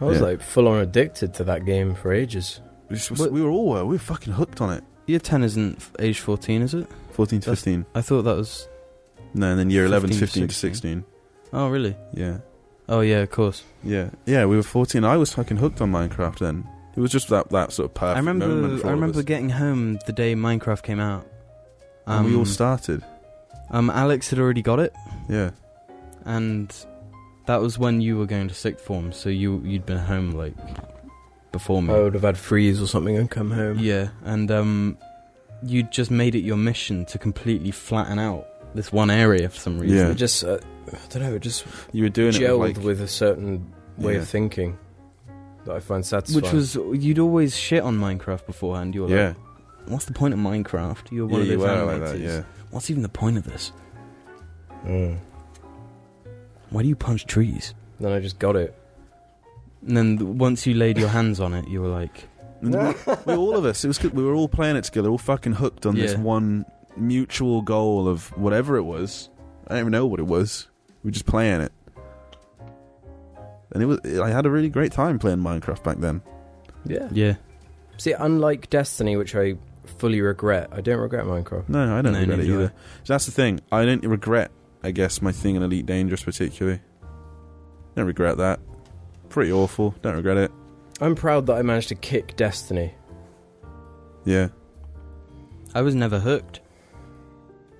I was
Yeah.
like full on addicted to that game for ages.
We, just-
But-
we were all were. We were fucking hooked on it.
Year ten isn't f- age fourteen, is it?
14 to
That's-
15.
I thought that was.
No, and then year 11
15 to
15 to
16.
16.
Oh really?
Yeah.
Oh yeah, of course.
Yeah, yeah, we were fourteen. I was fucking hooked on Minecraft then. It was just that that sort of perfect
I
moment.
remember.
For
I
all of
remember
us.
getting home the day Minecraft came out.
And we all started.
Um, Alex had already got it,
Yeah,
and that was when you were going to sixth form, so you you'd been home like before
Mm.
me.
Oh.
I would have had freeze or something and come home.
Yeah, and um, you just made it your mission to completely flatten out this one area for some reason.
Yeah.
It just, uh, I don't know, it just
you were doing it
gelled
with, like,
with a certain way
Yeah.
of thinking that I find satisfying.
Which was you'd always shit on Minecraft beforehand. You were
yeah,
like, "What's the point of Minecraft? You're
yeah,
one
you
of those
were like that.
animators.
Yeah,
What's even the point of this?
Mm.
Why do you punch trees?"
Then I just got it.
And then th- once you laid your hands on it, you were like,
And we, we all of us. It was good. We were all playing it together, all fucking hooked on this
Yeah.
one mutual goal of whatever it was. I don't even know what it was. We were just playing it, and it was. I had a really great time playing Minecraft back then.
Yeah.
"Yeah,
See, unlike Destiny, which I fully regret, I don't regret Minecraft.
No, I don't
No,
regret
neither
it
do I.
either. So that's the thing. I don't regret, I guess, my thing in Elite Dangerous particularly. Don't regret that. Pretty awful. Don't regret it.
I'm proud that I managed to kick Destiny.
Yeah,
I was never hooked.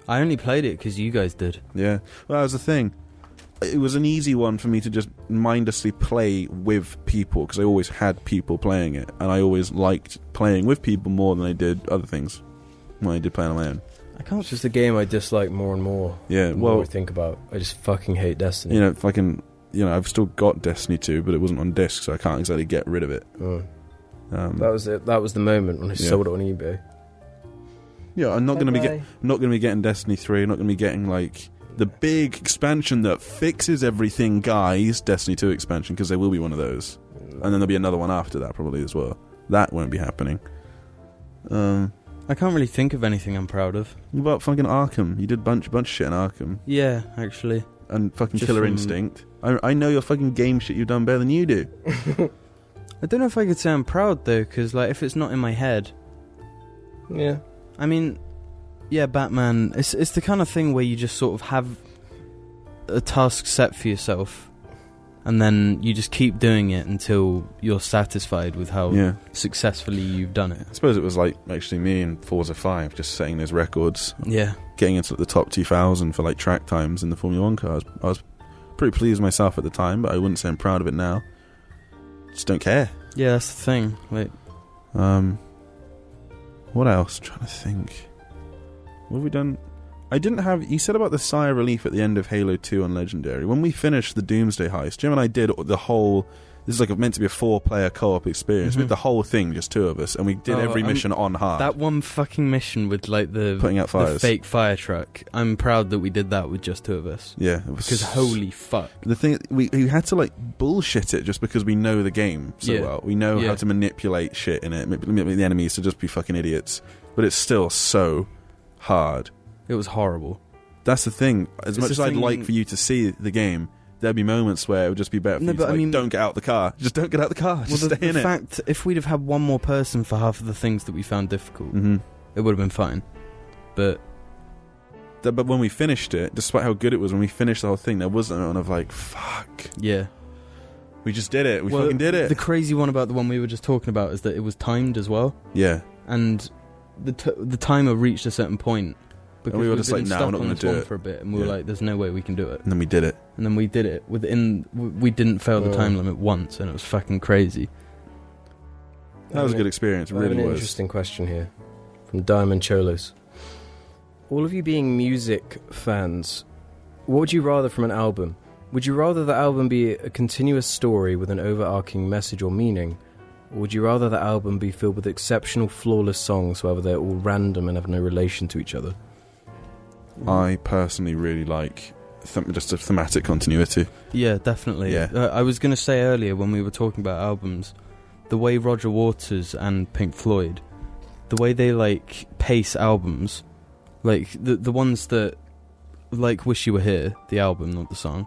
I only played it because you guys did."
yeah. Well, that was the thing. It was an easy one for me to just mindlessly play with people because I always had people playing it, and I always liked playing with people more than I did other things when I did playing on my own.
I can't
It's just a game I dislike more and more.
Yeah.
The more
Well,
I think about, I just fucking hate Destiny.
you know, fucking. You know, I've still got Destiny 2, but it wasn't on disc, so I can't exactly get rid of it.
Mm.
Um,
That was it. That was the moment when I
Yeah.
sold it on eBay.
yeah, I'm not going to be get, I'm not going to be getting Destiny 3. I'm not going to be getting, like, the big expansion that fixes everything, guys. Destiny 2 expansion, because there will be one of those. And then there'll be another one after that, probably, as well. That won't be happening. Um,
I can't really think of anything I'm proud of.
what about fucking Arkham? You did bunch bunch of shit in Arkham.
Yeah, actually.
And fucking
Just
Killer
from-
Instinct. I, I know your fucking game shit you've done better than you do.
I don't know if I could say I'm proud though, because like if it's not in my head,
yeah.
I mean, yeah, Batman. It's it's the kind of thing where you just sort of have a task set for yourself, and then you just keep doing it until you're satisfied with how
Yeah.
successfully you've done it.
Oh. I suppose it was, like, actually me and Forza 5 just setting those records.
Yeah,
getting into the top 2000 for like track times in the Formula One car. I was, I was pretty pleased with myself at the time, but I wouldn't say I'm proud of it now. Just don't care.
yeah, that's the thing. Like,
Um, what else? trying to think. What have we done? I didn't have. You said about the sigh of relief at the end of Halo 2 on Legendary. When we finished the Doomsday heist, Jim and I did the whole. This is like a, meant to be a four-player co-op experience
Mhm.
with the whole thing just two of us, and we did
Oh,
every
um,
mission on hard,
That one fucking mission with like the,
putting out
the
fires.
fake fire truck. I'm proud that we did that with just two of us.
Yeah, it was-
Because holy fuck.
The thing we, we had to like bullshit it just because we know the game so
Yeah.
well. We know
Yeah.
how to manipulate shit in it, manip- manipulate the enemies to just be fucking idiots. But it's still so hard.
It was horrible.
That's the thing. As
It's
much
the
as I'd
thing-
like for you to see the game, there'd be moments where it would just be better for
No,
you
but
to
I
like,
mean-
don't get out the car. Just don't get out the car. Just
well, the,
stay in
the
it.
fact, if we'd have had one more person for half of the things that we found difficult,
hmm
it would have been fine. But
But when we finished it, despite how good it was, when we finished the whole thing, there wasn't one of like, fuck.
yeah,
We just did it. We
Well,
fucking did it.
the crazy one about the one we were just talking about is that it was timed as well,
yeah.
and the t- the timer reached a certain point. Because
we were
we've
just
been
like, "Nah,
stuck
we're not
on
gonna
this
do
one
it."
for a bit, and we were
Yeah.
like, "There's no way we can do it."
And then we did it.
And then we did it within. w- We didn't fail the
Oh.
time limit once, and it was fucking crazy.
That was a good experience. It really
an
was.
interesting question here from Diamond Cholos. All of you being music fans, what would you rather from an album? Would you rather the album be a continuous story with an overarching message or meaning? Or would you rather the album be filled with exceptional, flawless songs, however they're all random and have no relation to each other?
I personally really like th- just a thematic continuity.
Yeah, definitely.
Yeah.
Uh, I was going to say earlier when we were talking about albums, the way Roger Waters and Pink Floyd, the way they like pace albums, like the the ones that like Wish You Were Here, the album, not the song.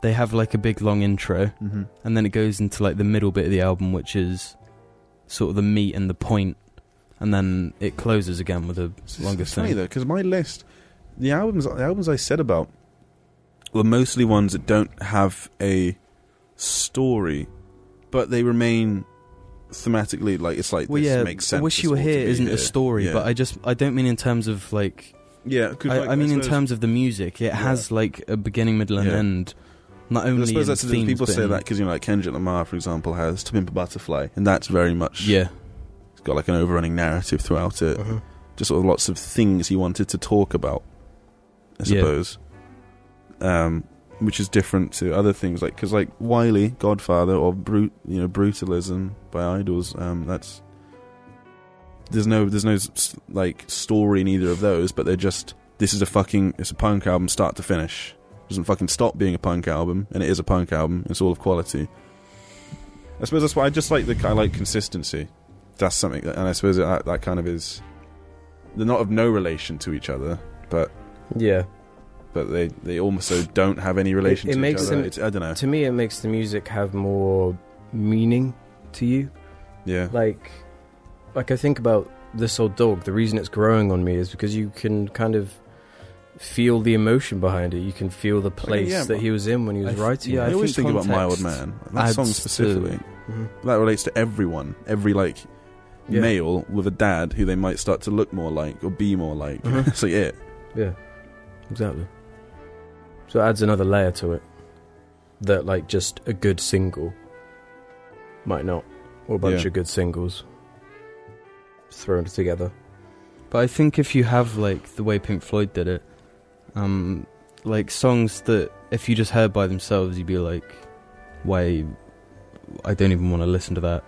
They have like a big long intro,
Mm-hmm.
and then it goes into like the middle bit of the album, which is sort of the meat and the point, and then it closes again with a longer
it's funny
thing.
though, because my list, the albums, the albums I said about, were mostly ones that don't have a story, but they remain thematically like it's like
Well,
this
yeah,
makes sense.
I wish
this
you were
ought to
here
be
isn't a
here.
story,
Yeah.
but I just I don't mean in terms of like
Yeah, 'cause,
I,
like,
I mean, in
suppose-
terms of the music, it
Yeah.
has like a beginning, middle, and
Yeah.
end. Not only
I suppose
in
that's the
themes,
people
but
say
in-
that because you know, like Kendrick Lamar, for example, has "To Pimp a Butterfly," and that's very much
Yeah,
it's got like an overrunning narrative throughout it.
Uh-huh.
just sort of lots of things he wanted to talk about, I
Yeah.
suppose. Um, which is different to other things, like because like Wiley, Godfather, or brut, you know, Brutalism by Idols. Um, that's there's no there's no s- like story in either of those, but they're just this is a fucking it's a punk album start to finish. doesn't fucking stop being a punk album, and it is a punk album. It's all of quality. I suppose that's why I just like the I like consistency. That's something, that, and I suppose that, that kind of is they're not of no relation to each other,
Yeah.
but they they also don't have any relation
It- it
to
makes
each other.
them-
It's, I don't know.
To me, it makes the music have more meaning to you.
Yeah,
like like I think about this old dog, the reason it's growing on me is because you can kind of feel the emotion behind it. You can feel the place
yeah,
that he was in when he was
I th-
writing.
yeah,
I,
it.
always
think
think about My Old
context
Man. That
adds
song
to-
specifically
Mhm.
that relates to everyone. Every like
Yeah.
male with a dad who they might start to look more like or be more like.
Mhm.
It's like it.
Yeah, exactly. So it adds another layer to it that like just a good single might not, or a bunch
Yeah.
of good singles thrown together.
but I think if you have like the way Pink Floyd did it, um, like songs that if you just heard by themselves, you'd be like, "Why? I don't even want to listen to that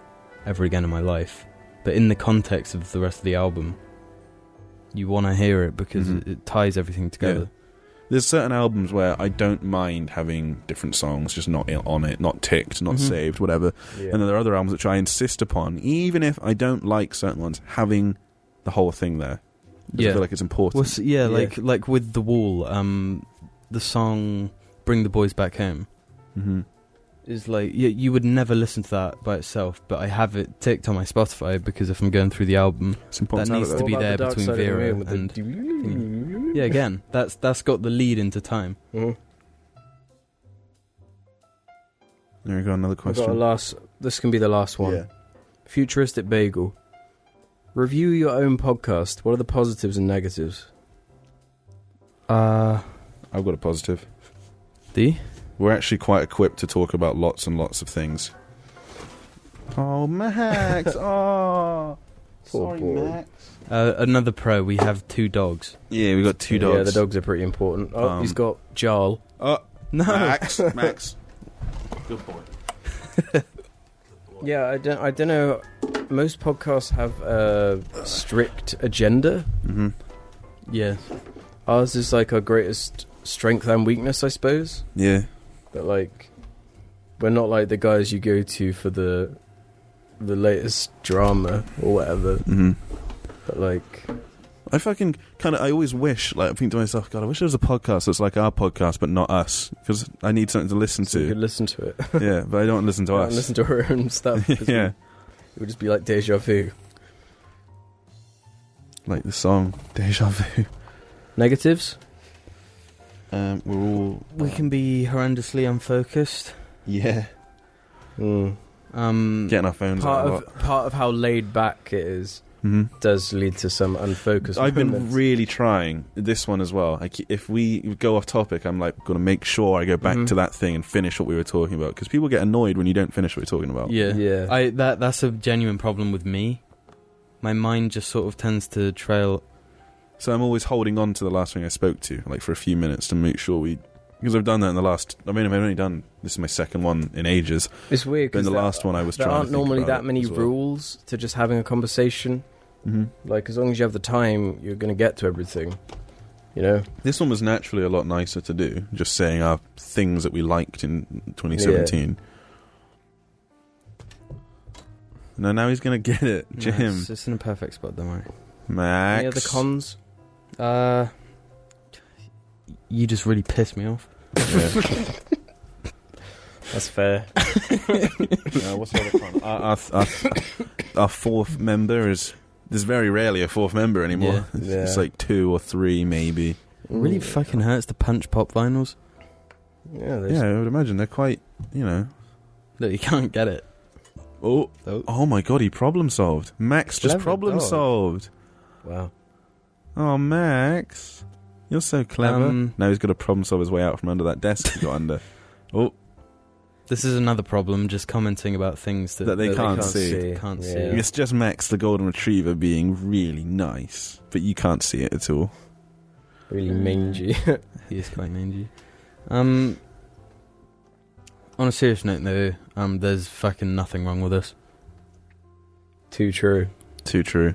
ever again in my life." But in the context of the rest of the album, you want to hear it because
Mhm.
it, it ties everything together.
There's certain albums where I don't mind having different songs, just not in- on it, not ticked, not
Mhm.
saved, whatever.
Yeah.
And then there are other albums which I insist upon, even if I don't like certain ones, having the whole thing there. 'Cause I
Yeah.
feel like it's important.
Well, s yeah,
Yeah.
like like with the wall, um, the song "Bring the Boys Back Home"
hmm
is like you, you would never listen to that by itself, but I have it ticked on my Spotify because if I'm going through the album,
It's important
That
to have
needs to
it there.
What
be
about
there
the dark
between
side of the
Vera
moon with the
and- yeah, again, that's that's got the lead into time.
Mhm.
There we go, another
I've got a
question.
last. This can be the last one. Futuristic Bagel. Review your own podcast. What are the positives and negatives?
Uh,
I've got a positive.
D.
We're actually quite equipped to talk about lots and lots of things. Oh, Max! oh,
Poor boy.
Uh, another pro. We have two dogs.
Yeah, we got two dogs.
Yeah, the dogs are pretty important. Oh,
Um,
he's got Jarl.
Oh,
No,
Max, Max. Good boy.
way.
Yeah, I don't. I don't know. Most podcasts have a strict agenda.
Mm-hmm.
Yeah.
Ours is like our greatest strength and weakness, I suppose.
Yeah.
But like, we're not like the guys you go to for the the latest drama or whatever.
Mm-hmm.
But like,
I fucking kind of. I always wish, like, I think to myself, God, I wish there was a podcast that's like our podcast, but not us, because I need something to listen
so you could
to.
listen to it.
yeah, but I don't listen to
Don't
us.
listen to our own stuff. 'cause we-
yeah,
it would just be like deja vu.
like the song "Deja Vu."
Negatives.
Um, we're all
We can be horrendously unfocused.
yeah
Mm.
Um,
getting our phones
Part
out. a
of
lot.
part of how laid back it is
Mhm.
does lead to some unfocused.
I've been
moments.
really trying this one as well. I ke- if we go off topic, I'm like going to make sure I go back
Mm-hmm.
Mhm.
to that thing and finish what we were talking about because people get annoyed when you don't finish what you're talking about.
Yeah.
yeah.
I that that's a genuine problem with me. My mind just sort of tends to trail.
So I'm always holding on to the last thing I spoke to, like for a few minutes to make sure we. Because I've done that in the last. I mean, I've only done this is my second one in ages.
It's weird
But in
because
the last one, I was
there
trying.
aren't
to think
normally
about
that
it
many
as well.
rules to just having a conversation.
Mhm.
Like as long as you have the time, you're going to get to everything. You know,
This one was naturally a lot nicer to do. Just saying our things that we liked in 2017. No, now he's gonna get it, Jim.
Yeah, it's, it's in a perfect spot, don't worry.
Max.
any other cons?
Uh, you just really pissed me off.
Yeah.
That's fair.
Uh, what's the other con? Our, our, our, our fourth member is. There's very rarely a fourth member anymore.
Yeah.
It's,
Yeah.
it's like two or three, maybe.
Really fucking hurts to punch pop vinyls.
Yeah, there's-
Yeah, I would imagine they're quite. You know.
Look, you can't get it.
Oh,
Oh.
oh my god, he problem solved. Max just
Clever
problem
dog.
solved.
Wow.
Oh, Max. You're so clever.
Um,
now he's got to problem solve his way out from under that desk he got under. Oh,
This is another problem. Just commenting about things that,
That they
that
can't see.
Can't see.
Yeah.
it's just Max the Golden Retriever being really nice, but you can't see it at all.
Really mangy.
He is quite mangy. Um, on a serious note, though, um, there's fucking nothing wrong with us.
Too true.
Too true.